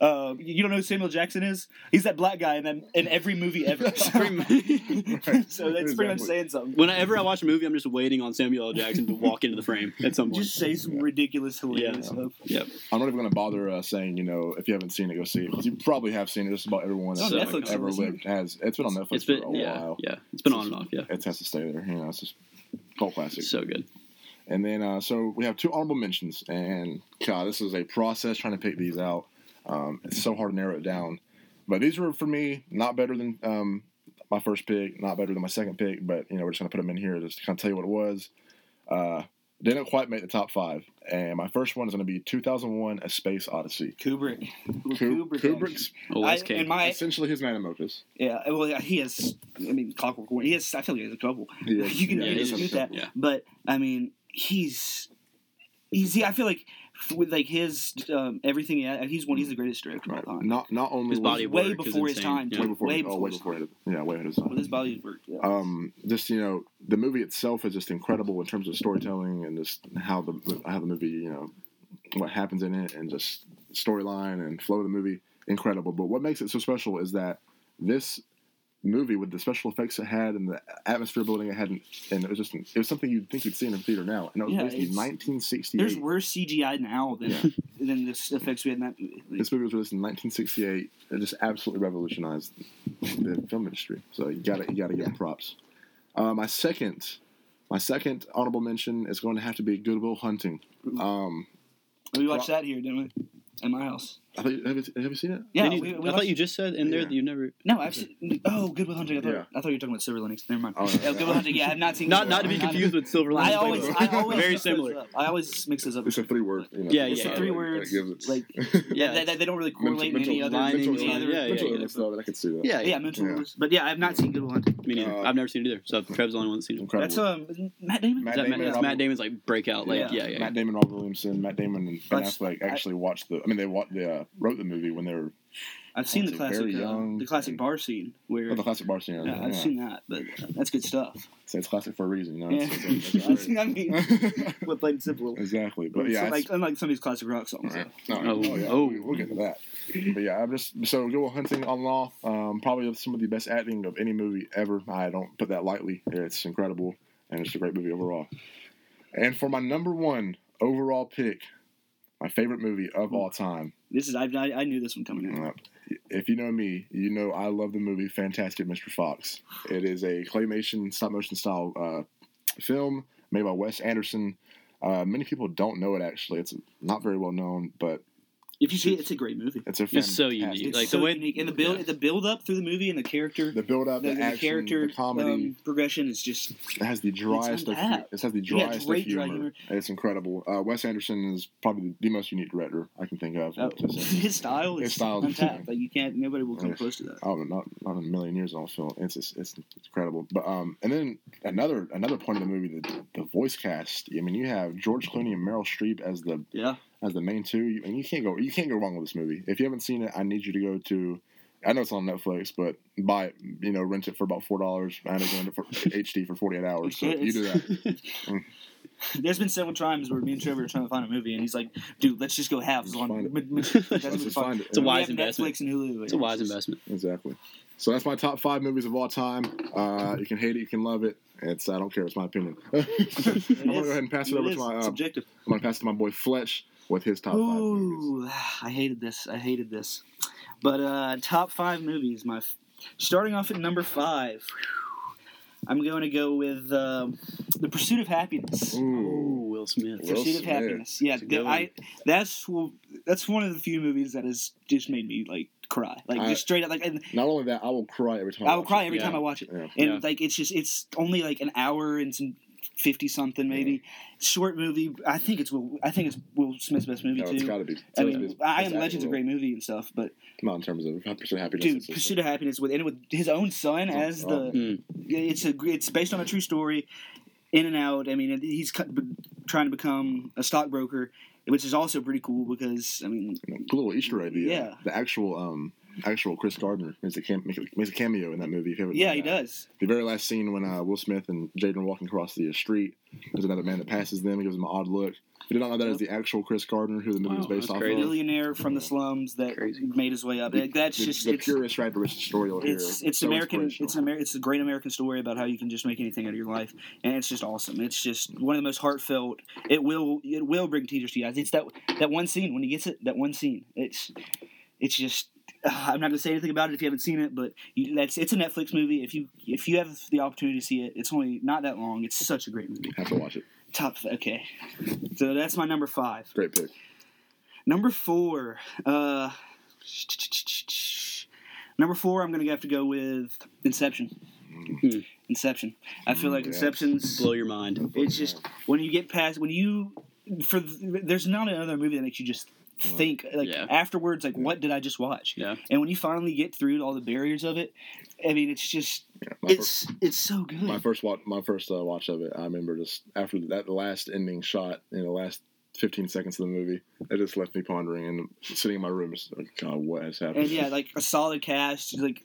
S3: uh, you don't know who Samuel Jackson is? He's that black guy in that, in every movie ever. so that's
S2: Pretty mu-
S3: pretty
S1: Exactly.
S3: much saying something.
S2: Whenever I watch a movie, I'm just waiting on Samuel L. Jackson to walk into the frame at some point.
S3: Just say some ridiculous, hilarious stuff.
S2: yep.
S1: I'm not even going to bother uh, saying, you know, if you haven't seen it, go see it. 'cause You probably have seen it. Just about everyone that's
S2: It's on
S1: like,
S3: Netflix,
S1: ever
S3: isn't it?
S1: lived has. It's been on Netflix
S2: It's been
S1: for a
S2: yeah,
S1: while.
S2: yeah. It's been on and off. Yeah.
S1: It has to stay there. You know, it's just cult classic.
S2: It's so good.
S1: And then, uh, so we have two honorable mentions. And God, this is a process trying to pick these out. Um, it's so hard to narrow it down. But these were, for me, not better than um, my first pick, not better than my second pick. But, you know, we're just going to put them in here just to kind of tell you what it was. Uh, didn't quite make the top five. And my first one is going to be 2001 A Space Odyssey.
S3: Kubrick,
S1: Ku-
S3: Kubrick,
S1: Kubrick's
S2: Oh,
S3: I,
S2: that's cake.
S3: in my
S1: essentially his magnum opus.
S3: yeah, well, he has. I mean, Clockwork Orange. He has. I feel like he has a couple,
S1: Yeah,
S3: You can-
S2: yeah,
S3: you
S2: he
S3: can
S2: does
S3: dispute
S2: have
S3: that.
S2: a couple, yeah.
S3: but I mean, he's. You see, I feel like with like his um, everything, he had, he's one. He's the greatest director of all time.
S1: Not not only was-
S2: His body of
S3: way
S2: work is
S3: before his time,
S2: insane. Yeah.
S1: way before,
S3: way
S1: oh,
S3: before
S1: way
S3: his
S1: before it, yeah, way ahead of his time.
S3: With his body of work, yeah.
S1: um, just you know, the movie itself is just incredible in terms of storytelling and just how the how the movie you know what happens in it and just storyline and flow of the movie incredible. But what makes it so special is that this movie with the special effects it had and the atmosphere building it had, and, and it was just it was something you'd think you'd see in a theater now, and it was
S3: Yeah,
S1: basically
S3: it's- There's
S1: 1968.
S3: worse CGI now than
S1: Yeah.
S3: than the effects we had in that.
S1: This movie was released in 1968. It just absolutely revolutionized the film industry. So you got to you got to give them props. Uh, my second, my second honorable mention is going to have to be Goodwill Hunting. Um,
S3: We watched that here, didn't we? At my house.
S1: I think, have, you, have you seen it?
S3: Yeah,
S2: Didn't
S3: we,
S2: you-
S3: we
S2: I
S3: watched,
S2: thought you just said in there
S1: Yeah.
S2: that you've never
S3: No, I've seen. Oh, Good Will Hunting. I thought,
S1: Yeah.
S3: I thought you were talking about Silver Linings. Never mind.
S1: Oh,
S3: Oh,
S1: yeah, yeah.
S3: Good Will Hunting. Yeah, I've not seen.
S2: not
S3: Good
S2: not to
S3: Will
S2: be
S3: Hunting.
S2: confused with Silver
S3: I
S2: Linings
S3: always,
S2: Playbook.
S3: I always
S2: very
S3: mix those
S2: similar.
S3: up. I always mix those up.
S1: It's a three word. You know,
S2: Yeah,
S3: It's
S2: yeah,
S3: the
S2: yeah.
S3: three
S1: That
S3: words.
S1: gives it-
S3: Like
S2: Yeah,
S3: that, that, they don't really correlate
S1: mental-
S3: in any other.
S2: mental
S3: any
S2: illness.
S3: other
S2: Yeah,
S1: mental
S2: yeah,
S1: illness stuff, and I can see that.
S2: yeah,
S3: yeah,
S2: yeah.
S3: mental
S1: Yeah.
S3: illness. But yeah, I've not seen Good Will Hunting.
S2: Me neither.
S1: Uh,
S2: I've never seen it either. So Trev's the only one that's seen it.
S1: incredible.
S3: That's um Matt Damon.
S2: Is
S1: Matt
S2: that Matt,
S1: Damon,
S2: that's
S1: Robert-
S2: Matt Damon's like breakout. Like, yeah, yeah. yeah.
S1: Matt Damon, Robert Williamson, Matt Damon, and Ben
S3: That's-
S1: Affleck actually watched the. I mean, they wa- they uh, wrote the movie when they were
S3: I've seen the
S1: That's a
S3: classic,
S1: very
S3: uh,
S1: young-
S3: the classic bar scene where.
S1: oh, the classic bar scene.
S3: yeah,
S1: Yeah,
S3: I've seen that, but that's good stuff.
S1: So it's classic for a reason. You know?
S3: Yeah,
S1: It's- it's-
S3: I've
S1: it's
S3: seen.
S1: great.
S3: I mean, with plain and simple.
S1: exactly, but yeah,
S3: So,
S1: it's-
S3: like unlike some of these classic rock songs.
S1: Alright.
S2: so-
S1: No,
S2: Oh,
S1: oh, yeah,
S2: oh.
S1: we- we'll get to that. But yeah, I'm just so Goodwill Hunting on Law. Um, probably some of the best acting of any movie ever. I don't put that lightly. It's incredible, and it's a great movie overall. And for my number one overall pick, my favorite movie of all time.
S3: This is I, I I knew this one coming out.
S1: uh, If you know me, you know I love the movie Fantastic Mr. Fox. It is a claymation stop motion style uh, film made by Wes Anderson. Uh, many people don't know it actually. It's not very well known, but
S3: If you see it, it's a great movie.
S1: It's a
S2: It's so
S1: fantastic-
S2: unique.
S3: It's
S2: Like, the
S3: so
S2: way-
S3: unique, and the build the build up through the movie and the character,
S1: the build up,
S3: the,
S1: the,
S3: the
S1: action,
S3: character
S1: the comedy.
S3: um, progression is just
S1: it has the driest.
S3: not
S1: Of,
S3: bad.
S1: it has the
S3: Yeah,
S1: driest
S3: great
S1: of humor.
S3: dry humor.
S1: It's incredible. Uh, Wes Anderson is probably the most unique director I can think of.
S3: uh, his style is
S1: His style is
S3: untapped.
S1: insane.
S3: Like you can't, nobody will come
S1: Yeah.
S3: close to that.
S1: I don't know, Oh, not not in a million years. I don't feel it's just, it's incredible. But um, and then another another point of the movie, the, the voice cast. I mean, you have George Clooney and Meryl Streep as the
S3: Yeah,
S1: as the main two. You, and you can't go you can't go wrong with this movie. If you haven't seen it, I need you to go to. I know it's on Netflix, but buy it, you know rent it for about four dollars. I know you rent it for HD for forty eight hours. So you do that.
S3: there's been several times where me and Trevor are trying to find a movie, and he's like, "Dude, let's just go halves
S1: Let's
S3: on."
S1: find it.
S3: Ma- ma- that's
S1: Let's
S3: what we
S1: just
S3: find.
S1: find it.
S2: It's a
S1: Yeah.
S3: We
S2: wise
S3: have
S2: investment.
S3: Netflix and Hulu.
S2: It's a wise investment.
S1: Exactly. So that's my top five movies of all time. Uh, you can hate it, you can love it. It's I don't care. It's my opinion. I'm gonna go ahead and pass it over to my. Uh, I'm
S3: subjective.
S1: gonna pass it to my boy Fletch with his top five movies.
S3: Ooh, I hated this. I hated this. But uh, top five movies. My f- starting off at number five. I'm going to go with um, the Pursuit of Happiness.
S1: Ooh.
S2: Ooh, Will Smith.
S1: Will
S3: Pursuit of
S1: Smith.
S3: Happiness. Yeah,
S2: It's a good
S3: I that's well, that's one of the few movies that has just made me like cry, like
S1: I-
S3: just straight up. Like and
S1: Not only that, I will cry every time.
S3: I will
S1: watch
S3: cry
S1: it.
S3: every
S2: Yeah.
S3: time I watch it,
S1: Yeah.
S3: and
S2: Yeah.
S3: like it's just it's only like an hour and some fifty something maybe short movie. I think it's Will. I think it's Will Smith's best movie
S1: No,
S3: too.
S1: it's got to be.
S3: I
S1: it's
S3: mean,
S1: gotta be-
S3: I
S1: it's
S3: Am Legend's a
S1: absolute-
S3: great movie and stuff, but
S1: Not in terms of pursuit of happiness.
S3: dude,
S1: it's just-
S3: Pursuit of Happiness with and with his own son as the.
S2: Mm.
S3: It's a gr- it's based on a true story, in and out. I mean, it- he's cu- be- trying to become a stockbroker, which is also pretty cool because I mean,
S1: you know, cool little Easter egg. The, uh,
S3: Yeah.
S1: the actual um actual Chris Gardner is a cam- makes a cameo in that movie. if you haven't
S3: yeah,
S1: known
S3: he
S1: that.
S3: does.
S1: the very last scene when uh, Will Smith and Jaden are walking across the uh, street, there's another man that passes them and gives them an odd look. If you don't know that is the actual Chris Gardner who the movie is
S2: Wow,
S1: based
S2: that's
S1: off
S2: crazy.
S1: of.
S3: Millionaire from the slums that
S2: Crazy.
S3: made his way up.
S1: The-
S3: That's
S1: the,
S3: just
S1: the
S3: it's,
S1: purest right to rich story you'll hear.
S3: it's it's
S1: So
S3: American.
S1: inspirational.
S3: It's an Amer- It's a great American story about how you can just make anything out of your life, and it's just awesome. It's just one of the most heartfelt. It will it will bring tears to you guys. It's that that one scene when he gets it. That one scene. It's it's just. ah, I'm not gonna say anything about it if you haven't seen it, but you, that's it's a Netflix movie. If you if you have the opportunity to see it, it's only not that long. It's such a great movie.
S1: Have to watch it.
S3: Top okay, so that's my number five.
S1: Great pick.
S3: Number four. Uh, number four, I'm going to have to go with Inception.
S2: Hmm.
S3: Inception. I feel like
S1: Mm, Yeah.
S3: Inception's.
S2: Blow your mind.
S3: It's just when you get past when you for there's not another movie that makes you just
S1: Mm,
S3: think like
S2: Yeah.
S3: afterwards like what did I just watch?
S2: Yeah.
S3: And when you finally get through all the barriers of it, I mean it's just
S1: Yeah, my first-
S3: it's it's so good.
S1: my first watch, my first uh, watch of it, I remember just after that last ending shot in the last 15 seconds of the movie. It just left me pondering and sitting in my room, just like, God, what has happened?
S3: And yeah, like a solid cast, like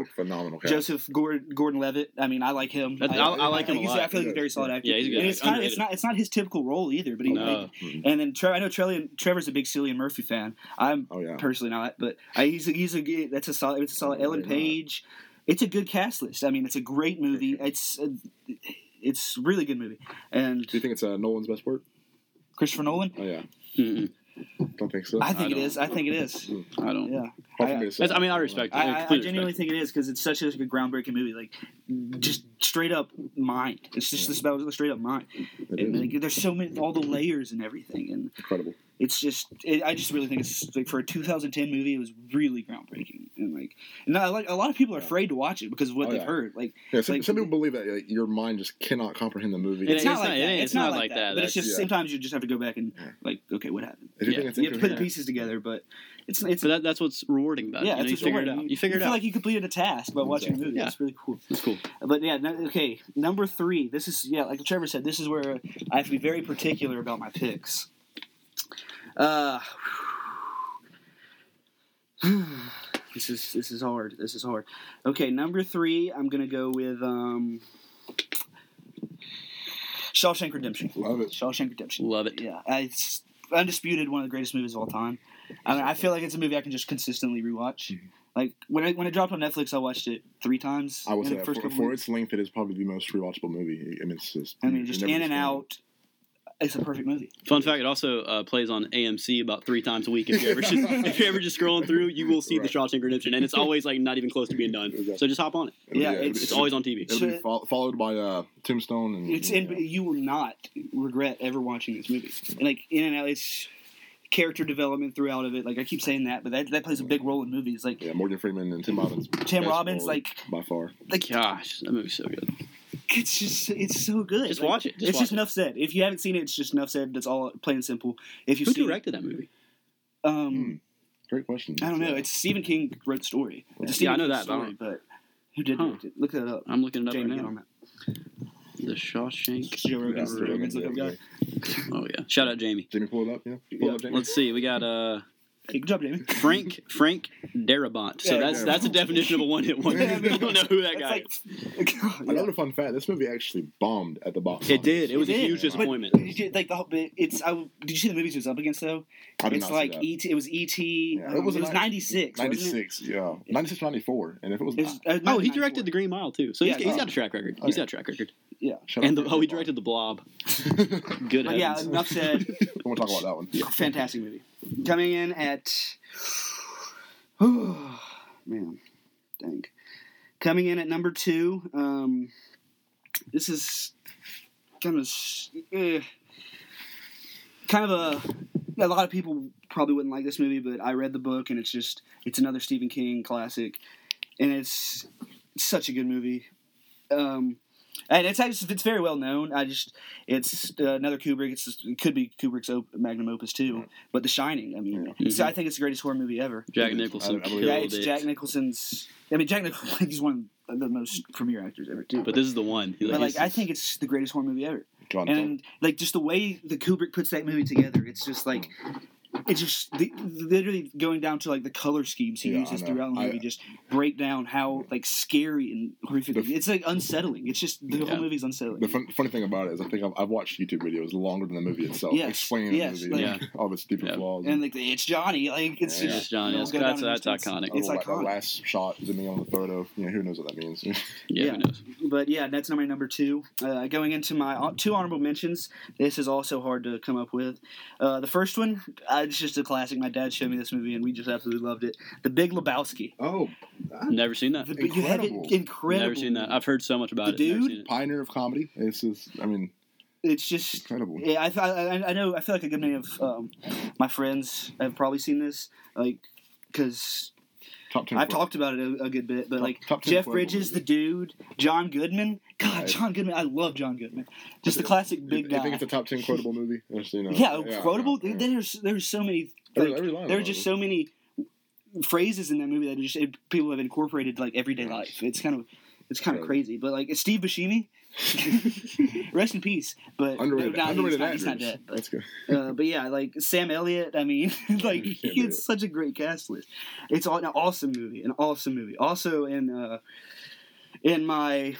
S1: oh, phenomenon cast.
S3: Joseph Gordon Levitt. I mean, I like him.
S2: I- I- I like him a
S3: he's-
S2: lot.
S3: I feel like he's a very solid actor.
S2: Yeah, he's a good
S3: And
S2: actor.
S3: it's kind of,
S2: Underrated.
S3: it's not it's not his typical role either. But he,
S2: No.
S1: Mhm.
S3: and then Trevor, I know Trellian, Trevor's a big Cillian Murphy fan. I'm
S1: Oh yeah.
S3: personally not, but I, he's a, he's a good. That's a solid. It's a solid. Ellen
S1: Really not.
S3: Page. It's a good cast list. I mean, it's a great movie. It's a, it's a really good movie. And
S1: Do you think it's uh, Nolan's best work?
S3: Christopher Nolan.
S1: Oh yeah.
S2: Mm-mm,
S1: Don't think so.
S3: I think it
S2: don't-
S3: is. I think it is.
S2: I don't.
S3: Yeah.
S1: Hard for
S3: I-
S1: me to say.
S2: That's- I mean, I respect it.
S3: I, I, I
S2: Completely
S3: genuinely think it is because it's such a, good groundbreaking movie. Like, just straight up mind. It's just this about straight up mind.
S1: It
S3: And,
S1: is
S3: like, there's so many, all the layers and everything, and
S1: incredible.
S3: it's just. It, I just really think it's like for a 2010 movie, it was really groundbreaking. And like, and I like a lot of people are
S1: Yeah.
S3: afraid to watch it because of what
S1: Oh,
S3: they've
S1: yeah.
S3: heard. Like,
S1: Yeah, some,
S3: Like-
S1: some people believe that like, your mind just cannot comprehend the movie.
S2: It
S3: it's
S2: ain't-
S3: not
S2: it's
S3: like
S2: not- it
S3: that.
S2: ain't-
S3: It's, not, like that. But
S2: That's-
S3: it's just
S1: yeah.
S3: sometimes you just have to go back and
S1: Yeah.
S3: like, okay, what happened?
S1: I do
S2: yeah.
S1: think it's
S3: You have to put the
S1: incoherent.
S3: pieces together, but it's it's.
S2: But that, that's what's rewarding about
S3: yeah,
S2: it. You, know, you
S3: it's
S2: figure it
S3: rewarding.
S2: out. You figure it
S3: feel
S2: out.
S3: like you completed a task by watching a movie.
S2: Yeah.
S3: That's really cool.
S2: That's cool.
S3: But yeah, no, okay. Number three. This is yeah, like Trevor said. This is where I have to be very particular about my picks. Uh, this is this is hard. This is hard. Okay, number three. I'm gonna go with um, Shawshank Redemption.
S1: Love it.
S3: Shawshank Redemption.
S2: Love it.
S3: Yeah, I- it's undisputed one of the greatest movies of all time. I mean, I feel like it's a movie I can just consistently rewatch.
S1: Mhm.
S3: Like when I when it dropped on Netflix, I watched it three times.
S1: I would
S3: in
S1: say
S3: the
S1: that
S3: first
S1: for,
S3: couple
S1: for
S3: weeks.
S1: its length, it is probably the most rewatchable movie. I mean, it's just.
S3: I mean,
S1: it
S3: just
S1: never
S3: in
S1: gets
S3: and
S1: old.
S3: out. It's a perfect movie.
S2: Fun fact: it also uh, plays on AMC about three times a week. If you ever just if you ever just scrolling through, you will see
S1: Right.
S2: the Shawshank Redemption, and it's always like not even close to being done.
S1: Exactly.
S2: So just hop on it.
S3: Yeah,
S1: it'll be-
S3: it's-
S2: It's always on TV.
S1: It'll be fol- followed by uh, Tombstone and.
S3: It's in. You will not regret ever watching this movie. And like in and out, it's character development throughout of it. Like I keep saying that, but that, that plays a big role in movies. Like
S1: uh, Yeah, Morgan Freeman and Tim Robbins.
S3: Tim
S1: best
S3: Robbins,
S1: role
S3: like
S1: by far.
S3: like
S2: Gosh, that movie's so good.
S3: it's just it's so good.
S2: Just
S3: Like,
S2: watch it. Just
S3: it's
S2: watch
S3: just
S2: it.
S3: enough said. If you haven't seen it, it's just enough said. That's all plain and simple. If you
S2: Who
S3: see,
S2: directed that movie?
S1: Hmm.
S3: um,
S1: Great question.
S3: I don't know. It's Stephen King wrote the story. It's a
S2: Yeah, I
S3: Stephen King
S2: know that, but I
S3: story, but who did
S2: Huh.
S3: direct it? Look that up.
S2: I'm looking it up
S3: Jamie,
S2: right
S3: get on
S2: now.
S3: that.
S2: The Shawshank.
S3: Joe
S1: Yeah,
S3: Rogan's,
S1: Joe
S3: Rogan's
S1: Rogan,
S3: looking
S1: yeah.
S3: guy.
S2: Oh yeah, shout out Jamie.
S1: Jamie, pull it up. Yeah, pull
S3: Yeah,
S1: it up, Jamie.
S2: Let's see. We got uh
S3: Hey, good job, Jamie.
S2: Frank Frank Darabont. So
S3: Yeah,
S2: that's
S1: yeah.
S2: that's a definition of a one hit wonder. I don't know who that guy. is.
S3: That's like,
S1: Another fun fact: this movie actually bombed at the box.
S2: It did. It was
S3: It
S2: a
S3: did,
S2: huge
S1: but-
S2: disappointment.
S3: Did you, like the whole bit, it's. I, did you see the movies it was up against though?
S1: I did
S3: it's
S1: not see
S3: like
S1: that.
S3: E.T. It was E.T.
S1: Yeah,
S3: um, it uh, was, ninety six.
S1: Ninety
S3: Ninety
S1: six. Yeah, ninety six, ninety four. And if it was,
S2: Oh, he directed The Green Mile too. So he's,
S3: Yeah,
S2: he's
S1: yeah.
S2: got a track record.
S1: Oh,
S2: He's
S1: yeah.
S2: got a track record.
S1: Shut
S2: And
S1: up,
S2: the, oh, he directed The Blob. Good
S3: But yeah,
S2: heavens.
S3: enough said.
S1: Don't want to talk about that one.
S3: Fantastic movie. Coming in at. man. Dang. Coming in at number two. Um, this is kind of. s- Eh, kind of a. A lot of people probably wouldn't like this movie, but I read the book and it's just. It's another Stephen King classic. And it's such a good movie. Um, and it's actually, it's very well known. I just it's uh, another Kubrick. It's it could be Kubrick's op- magnum opus too. But The Shining. I mean,
S1: Yeah.
S3: it's- I think it's the greatest horror movie ever.
S2: Jack
S1: I-
S2: Nicholson
S1: I believe-
S2: killed
S3: Yeah, it's
S2: it.
S3: Jack Nicholson's. I mean, Jack Nicholson. He's one of the most premier actors ever too.
S2: but this is the one. He-
S3: But,
S2: he's-
S3: like, I think it's the greatest horror movie ever.
S1: John,
S3: And like just the way the Kubrick puts that movie together, it's just like. It's just the, literally going down to like the color schemes he
S1: Yeah, I
S3: uses
S1: know.
S3: throughout the
S1: I-
S3: movie, just break down how like scary and horrific.
S1: The-
S3: it's like unsettling. It's just the
S2: Yeah.
S3: whole movie's unsettling.
S1: the fun, funny thing about it is, I think I've, I've watched YouTube videos longer than the movie itself,
S3: Yes,
S1: explaining
S3: yes,
S1: the movie,
S2: like-
S1: all of its deeper
S2: Yeah.
S1: flaws.
S3: and like it's Johnny, like it's
S1: Yeah.
S3: just
S2: It's Johnny.
S3: you know,
S2: That's-
S3: go down
S2: that's-
S3: in
S2: that's
S3: instance.
S2: iconic.
S3: It's
S1: oh, like,
S3: iconic.
S1: that last shot zooming on the photo. Yeah, who knows what that means?
S2: yeah,
S3: yeah.
S2: Who knows?
S3: But yeah, that's not my number two. Uh, going into my hon- two honorable mentions, this is also hard to come up with. Uh, the first one, uh, it's just a classic. My dad showed me this movie, and we just absolutely loved it. The Big Lebowski.
S1: oh,
S2: Never seen that.
S3: The, You have it
S1: Incredible.
S3: incredible.
S2: Never seen that. I've heard so much about
S3: The
S2: it. Never
S3: dude?
S2: seen it.
S1: pioneer of comedy. It's just, I mean,
S3: It's just
S1: incredible.
S3: Yeah, I, I, I know. I feel like a good many of um, my friends have probably seen this, like because
S1: Top ten.
S3: I've
S1: quote.
S3: talked about it a, a good bit. But
S1: Top-
S3: like
S1: top 10
S3: Jeff
S1: quotable
S3: Bridges, the
S1: movies.
S3: dude, John Goodman. God,
S1: Right.
S3: John Goodman. I love John Goodman. Just the classic big
S1: You think
S3: guy.
S1: it's a top ten quotable movie? Just, you know,
S3: Yeah, quotable.
S1: yeah.
S3: There's there's so many.
S1: Every-
S3: like,
S1: every line
S3: there are
S1: was-
S3: just so many phrases in that movie that just it, people have incorporated to, like everyday
S1: Yes.
S3: life. It's kind of it's kind of
S1: Right.
S3: crazy. But like it's Steve Buscemi, Rest in peace. But
S1: Underrated-
S3: no, no, he's
S1: underrated
S3: not, he's not
S1: actors.
S3: dead. But,
S1: That's good.
S3: uh, but yeah, like Sam Elliott. I mean, like
S1: Sam
S3: it's
S1: Elliott.
S3: such a great cast list. It's all, an awesome movie. An awesome movie. Also in uh, in my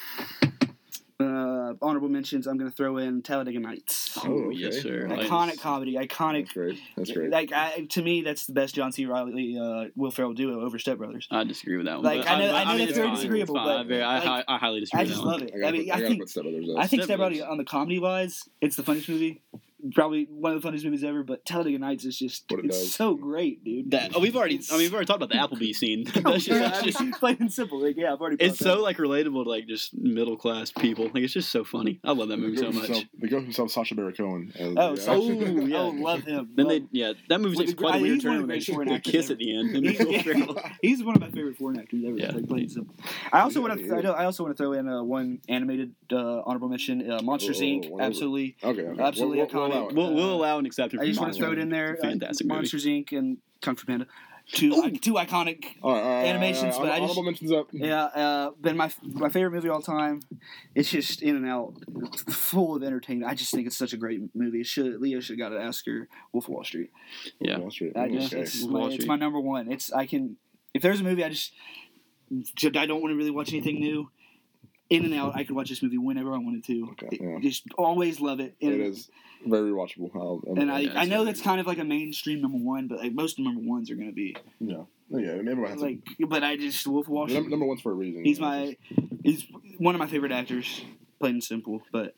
S3: uh, honorable mentions, I'm gonna throw in Talladega Nights.
S1: Oh, okay.
S2: yes, sir.
S1: Nice.
S3: Iconic comedy. Iconic.
S1: That's great. That's great.
S3: Like I, to me, that's the best John C. Riley, uh, Will Ferrell duo over Step Brothers.
S2: I disagree with that one.
S3: Like,
S2: but
S3: I know-
S2: but
S3: I know
S2: mean,
S1: that's
S2: it's
S1: very
S2: fine, it's
S1: disagreeable,
S2: fine.
S3: but,
S2: I, very, I,
S3: like,
S2: I, I highly disagree
S3: I
S2: with
S3: just
S2: that one.
S3: love it.
S1: gotta
S3: I mean,
S1: put,
S3: I
S1: gotta
S3: think
S1: put Step Brothers up.
S3: I think Step
S2: Step Brothers.
S3: Brothers on the comedy wise, it's the funniest movie. Probably one of the funniest movies ever. But Talladega Nights is just
S1: What it
S3: it's
S1: does.
S3: so great, dude.
S2: That, oh, we've already. I mean, we've already talked about the Applebee scene. That's just- that's just-
S3: It's plain and simple. Like, yeah, I've already.
S2: it's
S3: brought
S2: so like relatable to like just middle class people. Like it's just so funny. I love
S1: The
S2: that movie
S1: girl
S2: so much.
S1: himself- The girl himself, Sasha Baron Cohen. as
S3: that up. Oh,
S1: the-
S3: so,
S2: Oh, yeah.
S3: oh, love him.
S2: Then
S3: Love-
S2: they, yeah, that movie
S3: With
S2: takes
S3: the-
S2: quite
S3: I-
S2: a weird
S3: he's one of the
S2: turn when they,
S3: great foreign
S2: they
S3: actors
S2: kiss
S3: ever.
S2: at the end. And Will Ferrell-
S3: Yeah. He's one of my favorite foreign actors ever.
S2: Yeah.
S3: Like, plain and simple. I also
S1: Yeah,
S3: want
S1: he
S3: to.
S1: is.
S3: I, know- I also want to throw in uh, one animated uh, honorable mention: uh, Monsters
S1: Oh,
S3: Inc.
S1: whatever.
S3: Absolutely,
S1: Okay. okay.
S3: Absolutely
S1: We'll- we'll- we'll
S3: iconic.
S1: allow it.
S2: We'll, we'll allow an exception.
S3: I
S2: for
S3: just want to
S2: Monster
S3: throw it in
S2: Inc.
S3: there. uh,
S2: It's a Fantastic movie.
S3: Monsters Inc. and Kung Fu Panda, two
S2: Ooh.
S3: two iconic.
S1: All right, all right, all right,
S3: Animations,
S1: all
S3: but
S1: right.
S3: I just-
S1: Honorable mentions up.
S3: Yeah, uh, been my my favorite movie of all time. It's just in and out, full of entertainment. I just think it's such a great movie. It should Leo should have got an Oscar. Wolf of Wall Street.
S2: Yeah.
S1: Wall Street.
S3: I just,
S1: Okay.
S3: it's,
S2: Wolf of
S3: my,
S2: Wall
S3: it's
S2: Street.
S3: my number one. It's I can if there's a movie I just I don't want to really watch anything new. In and out, I could watch this movie whenever I wanted to.
S1: Okay,
S3: It-
S1: yeah.
S3: Just always love it.
S1: It
S3: And,
S1: is very rewatchable. I'll- um, I'll-
S3: And I,
S2: Yeah,
S3: I know
S2: absolutely.
S3: that's kind of like a mainstream number one, but like most number ones are gonna be
S1: Yeah. Yeah. Everyone has
S3: like. But I just Wolf of Wall
S1: Num-
S3: Street.
S1: Number one's for a reason.
S3: He's
S1: you know,
S3: my he's one of my favorite actors, plain and simple. But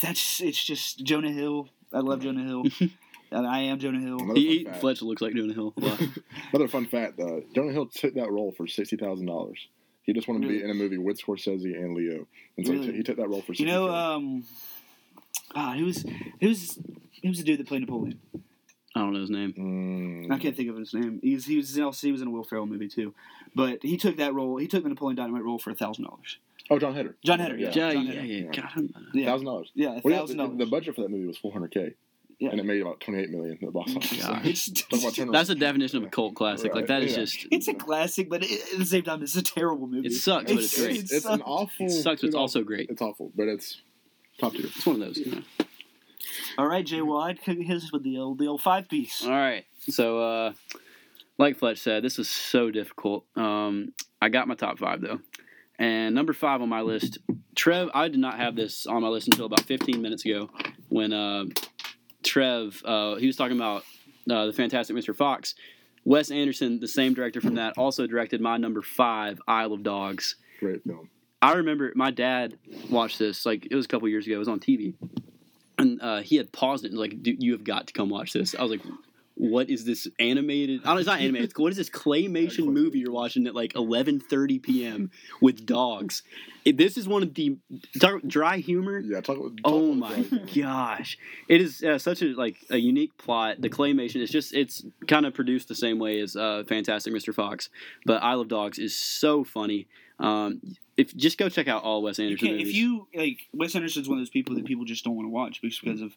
S3: that's it's just Jonah Hill. I love Jonah Hill, and I am Jonah Hill.
S1: Oh, Another
S2: He,
S1: fun fact.
S2: Fletcher looks like doing a hill. a lot.
S1: Another fun fact: uh, Jonah Hill took that role for sixty thousand dollars. He just wanted to
S3: Really?
S1: be in a movie with Scorsese and Leo, and so he
S3: Really?
S1: took- he took that role for.
S3: You know,
S1: 60K.
S3: um, ah, God, who's who's who's the dude that played Napoleon?
S2: I don't know his name.
S1: Mm.
S3: I can't think of his name. He's he was in LC. He was in a Will Ferrell movie too, but he took that role. He took the Napoleon Dynamite role for a thousand dollars.
S1: Oh, John Heder.
S3: John Heder,
S1: Yeah.
S3: yeah,
S2: Yeah, yeah,
S3: John
S2: yeah.
S3: Heder.
S1: Yeah.
S2: God, I don't know.
S3: yeah,
S1: Thousand dollars.
S3: yeah, a
S1: Well, yeah,
S3: thousand
S1: the, the
S3: dollars.
S1: budget for that movie was four hundred k,
S3: Yeah.
S1: and it made about twenty eight million at the box office.
S2: God.
S3: It's
S1: Talk about turnaround.
S2: That's the definition of a cult classic.
S1: Right.
S2: Like that is
S1: Yeah.
S2: just.
S3: it's a classic, but it, at the same time, it's a terrible movie.
S2: It sucks, but it's great.
S1: It's, it's an awful.
S2: It sucks, but it's also great.
S1: It's awful, but it's top tier.
S2: It's one of those. You know.
S3: All right, Jay Wad, could hit us with the old, the old five piece.
S2: All right. So, uh, like Fletch said, this was so difficult. Um, I got my top five though, and number five on my list, Trev. I did not have this on my list until about 15 minutes ago, when uh, Trev uh, he was talking about uh, the Fantastic Mr. Fox. Wes Anderson, the same director from that, also directed my number five, Isle of Dogs.
S1: Great film.
S2: I remember my dad watched this like it was a couple years ago. It was on TV, and uh, he had paused it and like, "Dude, you have got to come watch this." I was like, "What is this animated? I don't. It's not animated. It's, what is this claymation movie you're watching at like 11:30 p.m. with dogs? It- this is one of the dark, dry humor.
S1: Yeah. Talk about. Talk
S2: Oh
S1: about
S2: my
S1: John Heder.
S2: gosh! It is uh, such a like a unique plot. The claymation is just it's kind of produced the same way as uh, Fantastic Mr. Fox, but I Love Dogs is so funny. Um, if just go check out all Wes
S3: You
S2: Anderson
S3: can't,
S2: movies.
S3: if you like, Wes Anderson's one of those people that people just don't want to watch because because of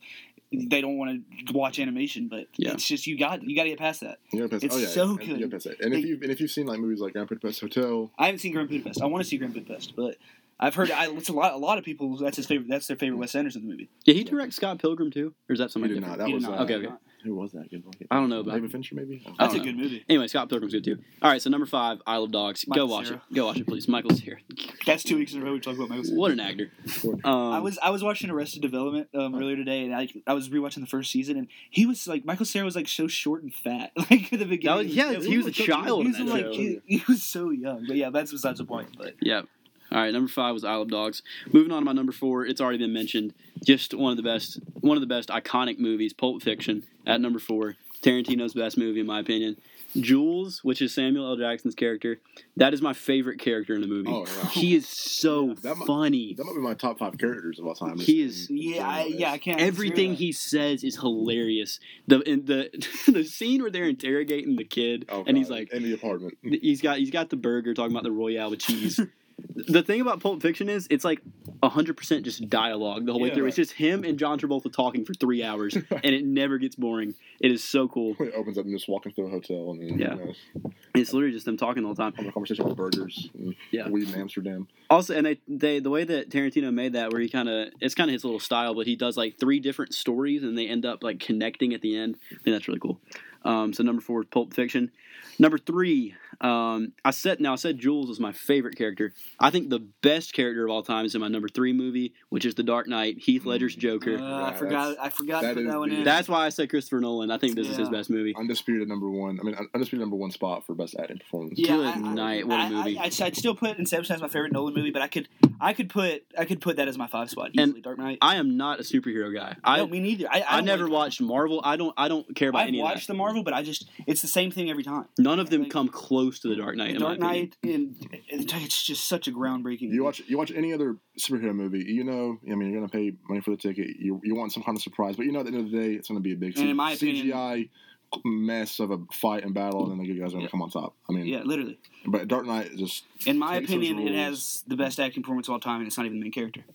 S3: they don't want to watch animation. But
S2: Yeah.
S3: it's just you got you got to get past that.
S1: You gotta pass-
S3: It's
S1: oh, yeah,
S3: so
S1: yeah, You
S3: good.
S1: gotta pass it. And if
S3: Like-
S1: you and if you've seen like movies like Grand Budapest Hotel,
S3: I haven't seen Grand Budapest. I want to see Grand Budapest, but I've heard I, it's a lot. A lot of people that's his favorite. That's their favorite Wes Anderson movie.
S2: Did he direct Scott Pilgrim too, or is that
S1: we
S2: something
S1: did not.
S2: different?
S1: That
S3: He did
S1: was
S3: not-
S1: uh,
S2: Okay,
S3: did
S2: okay.
S3: not.
S1: Who was that? Good blanket.
S2: I don't know, but-
S1: David Fincher maybe. I don't
S3: That's a
S1: know.
S3: good movie.
S2: Anyway, Scott Pilgrim's good too. All right, so number five, I Love Dogs.
S3: Michael
S2: go watch
S3: Cera.
S2: it. Go watch it, please. Michael's here.
S3: That's two weeks in a row we talked about Michael.
S2: What an actor.
S1: Cool.
S2: Um,
S3: I was I was watching Arrested Development um, earlier today, and I, I was rewatching the first season, and he was like Michael Sarah was like so short and fat, like at the beginning.
S2: was- yeah, he was a child
S3: He
S2: in
S3: was,
S2: that
S3: like,
S2: show.
S3: He, he was so young, but yeah, that's besides the point. But
S2: Yeah. All right, number five was Isle of Dogs. Moving on to my number four, it's already been mentioned. Just one of the best, one of the best iconic movies, Pulp Fiction. At number four, Tarantino's best movie in my opinion. Jules, which is Samuel L. Jackson's character, that is my favorite character in the movie.
S1: Oh, yeah.
S2: He is so
S1: That mu-
S2: funny.
S1: That might be my top five characters of all time.
S2: He is-
S3: yeah, I, yeah, I can't.
S2: Everything
S3: disagree
S2: he says is hilarious. The in the the scene where they're interrogating the kid,
S1: Oh,
S2: and he's
S1: God.
S2: like,
S1: in the apartment.
S2: he's got he's got the burger talking about the royale with cheese. the thing about Pulp Fiction is it's like 100% just dialogue the whole way
S4: Yeah,
S2: through.
S4: right.
S2: It's just him and John Travolta talking for three hours, and it never gets boring. It is so cool.
S1: When it opens up and just walking through a hotel and then,
S2: Yeah.
S1: you know,
S2: It's literally just them talking the whole time.
S1: having a conversation about burgers and
S2: Yeah.
S1: weed in Amsterdam.
S2: Also, and they, they the way that Tarantino made that, where he kind of it's kind of his little style, but he does like three different stories, and they end up like connecting at the end. I think that's really cool. Um, so number four is Pulp Fiction. Number three, um, I said now I said Jules is my favorite character. I think the best character of all time is in my number three movie, which is The Dark Knight, Heath Ledger's Joker.
S3: Uh, I
S1: Yeah,
S3: forgot. I forgot
S1: that
S3: to put
S1: is
S3: that one
S1: the-
S3: in.
S2: That's why I said Christopher Nolan. I think this is his
S3: Yeah.
S2: best movie.
S1: Undisputed number one. I mean, un- undisputed number one spot for best acting performance.
S3: Yeah,
S2: Good
S3: I- I-
S2: night, what a
S3: I-
S2: movie.
S3: I, would still put Inception as my favorite Nolan movie, but I could, I could put, I could put that as my five spot easily. Dark Kninight.
S2: I am not a superhero guy. I
S3: no, me neither. I, I,
S2: I,
S3: don't
S2: never
S3: like-
S2: watched Marvel. I don't I don't care about
S3: I've
S2: any of
S3: watched
S2: that.
S3: the Marvel, but I just, it's the same thing every time.
S2: None of them
S3: like-
S2: come close to the Dark Knight.
S3: The
S2: in my
S3: Dark
S2: opinion.
S3: Knight, and and it's just such a groundbreaking.
S1: You watch you watch any other superhero movie, you know. I mean, you're gonna pay money for the ticket. You you want some kind of surprise, but you know at the end of the day, it's gonna be a big
S3: And in my opinion-
S1: CGI mess of a fight and battle, and then the good guys are gonna
S3: Yeah.
S1: come on top. I mean,
S3: Yeah, literally.
S1: but Dark Knight is just
S3: In my
S1: Takes those
S3: opinion, it
S1: roles.
S3: has the best acting performance of all time, and it's not even the main character.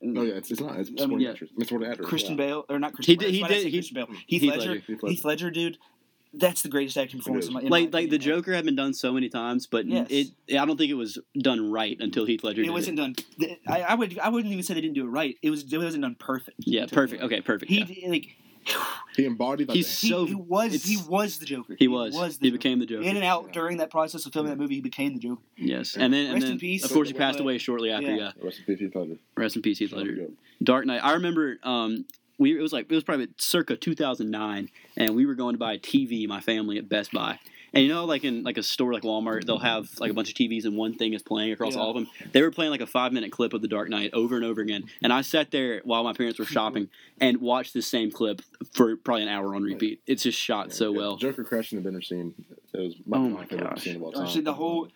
S1: no, Oh, yeah, it's, it's not. It's
S3: I mean,
S1: supporting
S2: yeah.
S1: actors. It's supporting actors.
S3: Christian
S1: yeah.
S3: Bale, or not Christian
S2: did-
S3: Bale,
S2: he
S3: that's why I
S2: did-
S3: said
S2: he-
S3: Christian Bale. Heath,
S2: Heath
S3: Ledger,
S2: Ledger,
S1: Heath Ledger.
S3: Heath Ledger, dude, that's the greatest acting performance.
S1: is.
S3: In my, in
S2: like
S3: my
S2: like the
S3: opinion.
S2: Joker had been done so many times, but
S3: Yes.
S2: it I don't think it was done right until Heath Ledger. did
S3: It wasn't done. th- I, I would I wouldn't even say they didn't do it right. It was it wasn't done perfect.
S2: Yeah, perfect. Okay, perfect.
S3: He
S2: yeah.
S3: did like
S1: He embodied like
S2: He's
S1: the-
S3: he,
S2: So,
S3: he was he
S2: it's-
S3: was the Joker.
S2: He was. He,
S3: the Joker.
S2: became the Joker.
S3: in and out
S1: Yeah.
S3: during that process of filming that movie. He became the Joker.
S2: yes, and then and
S3: Rest in
S2: then
S3: peace.
S2: of course he
S3: Yeah.
S2: passed away shortly after. Yeah.
S3: Yeah.
S1: Rest in peace, Heath Ledger.
S2: rest in peace, Heath
S1: There we
S2: Ledger.
S1: go.
S2: Dark Knight. I remember um, we it was like it was probably circa 2009, and we were going to buy a TV, my family at Best Buy. And you know, like in like a store like Walmart, they'll have like a bunch of TVs and one thing is playing across
S3: Yeah.
S2: all of them. They were playing like a five minute clip of The Dark Knight over and over again, and I sat there while my parents were shopping and watched the same clip for probably an hour on repeat. It's just shot so
S1: Yeah,
S2: well.
S1: Joker crashing the dinner scene. It was
S2: Oh
S1: my,
S2: my
S1: favorite
S2: gosh.
S1: scene of all time.
S3: Actually, the whole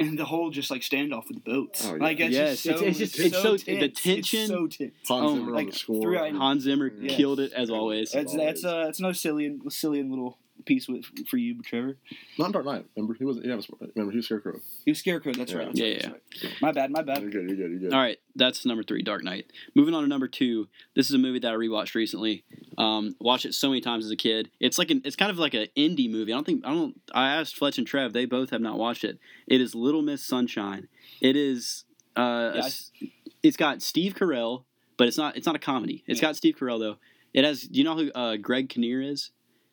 S3: and the whole just like standoff with the boats.
S1: Oh, yeah.
S3: Like it's
S2: Yes,
S3: just so,
S2: it's- it's just- it's so- the
S3: tense. It's
S2: tension-
S3: so tense.
S1: Hans
S2: oh
S1: Zimmer
S3: my-
S1: on the score.
S3: three items.
S2: Hans Zimmer
S1: Yes.
S2: killed it as
S1: Yes.
S2: always.
S3: That's that's uh that's no silly silly little piece with for you, Trevor.
S1: Not Dark Knight. Remember, he wasn't. Yeah, it was- remember he was Scarecrow.
S3: He was Scarecrow. That's
S1: Yeah.
S3: right.
S2: Yeah,
S3: that's
S2: yeah.
S3: right. My bad. My
S1: You're
S3: bad.
S1: good. You're good. You're good.
S2: All right, that's number three, Dark Knight. Moving on to number two. This is a movie that I rewatched recently. Um, watched it so many times as a kid. It's like an, it's kind of like an indie movie. I don't think I don't. I asked Fletch and Trev. They both have not watched it. It is Little Miss Sunshine. It is. Uh, a
S3: Yeah, I-
S2: s- it's got Steve Carell, but it's not. It's not a comedy. It's
S3: Yeah.
S2: got Steve Carell though. It has. Do you know who uh, Greg Kinnear is?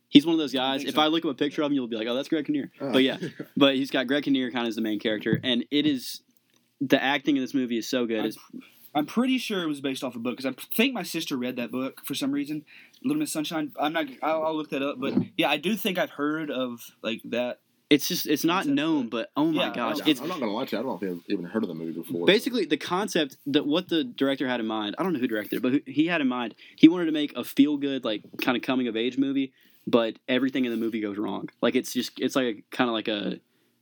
S2: He's one of those
S3: I
S2: guys.
S3: think
S2: if
S3: so.
S2: I look up a picture of him, you'll be like, "Oh, that's Greg Kinnear."
S1: Oh.
S2: But yeah, but he's got Greg Kinnear kind of as the main character, and it is the acting in this movie is so good. It's
S3: I'm pretty sure it was based off a book because I think my sister read that book for some reason. Little Miss Sunshine. I'm not. I'll, I'll look that up. But yeah, I do think I've heard of like that.
S2: It's just it's not
S3: Concept,
S2: known, but oh my
S3: yeah,
S2: gosh,
S3: okay.
S2: it's
S1: I'm not gonna lie to you. I don't think I've even heard of the movie before.
S2: basically the concept that what the director had in mind. I don't know who directed it, but who, he had in mind he wanted to make a feel good like kind of coming of age movie, but everything in the movie goes wrong. Like it's just it's like a kind of like a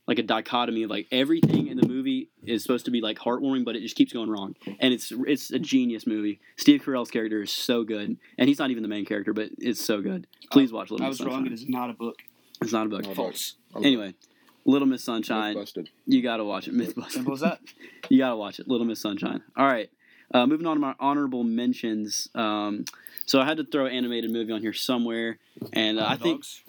S2: like a dichotomy of like everything in the movie is supposed to be like heartwarming, but it just keeps going wrong. And it's it's a genius movie. Steve Carell's character is so good, and he's not even the main character, but it's so good. Please watch Little
S3: I
S2: Miss
S3: was wrong. It
S2: Sunshine.
S3: is not a book.
S2: It's not a book.
S1: No,
S3: False.
S1: I'm-
S2: Anyway, Little Miss
S1: I'm
S2: Sunshine.
S1: busted.
S2: You gotta watch it. Mythbusters.
S3: Simple as that.
S2: You gotta watch it, Little Miss Sunshine. All right, uh, moving on to my honorable mentions. Um, so I had to throw an animated movie on here somewhere, and uh, I think
S3: Dogs.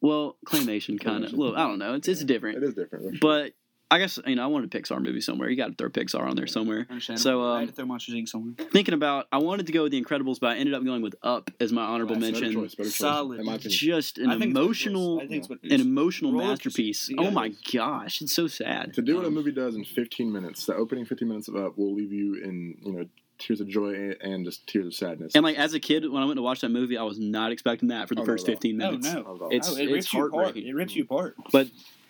S2: well, claymation kind of.
S1: Claymation.
S2: Well, I don't know. It's it's
S1: It
S2: different,
S1: is different.
S2: but I guess you know I wanted a Pixar movie somewhere. You got to throw Pixar on there somewhere.
S3: Understandable.
S2: So,
S3: I
S2: um,
S3: had to throw Monsters Inc. somewhere.
S2: Thinking about, I wanted to go with The Incredibles, but I ended up going with Up as my honorable
S3: Nice,
S1: Better
S2: mention.
S1: choice, better choice,
S3: Solid.
S1: in my opinion.
S2: Just an
S3: I think it's what it is.
S2: emotional,
S3: I think it's what it
S2: an
S3: is.
S2: emotional
S3: Roller coaster.
S2: masterpiece.
S3: Yeah.
S2: Oh my gosh, it's so sad.
S1: To do what a
S2: Um,
S1: movie does in 15 minutes, the opening 15 minutes of Up will leave you in you know tears of joy and, and just tears of sadness.
S2: And like as a kid, when I went to watch that movie, I was not expecting that for the
S1: Oh, no,
S2: first
S1: no.
S2: fifteen
S3: Oh,
S2: minutes.
S1: I
S3: no.
S1: was all-
S2: It's-
S3: oh, it rips you apart.
S2: heartbreaking.
S3: It rips you apart.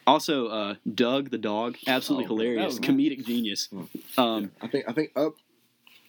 S2: Also, uh, Doug the dog, absolutely
S1: Oh,
S2: hilarious,
S3: oh, yeah.
S2: comedic genius. Um,
S1: I think I think Up,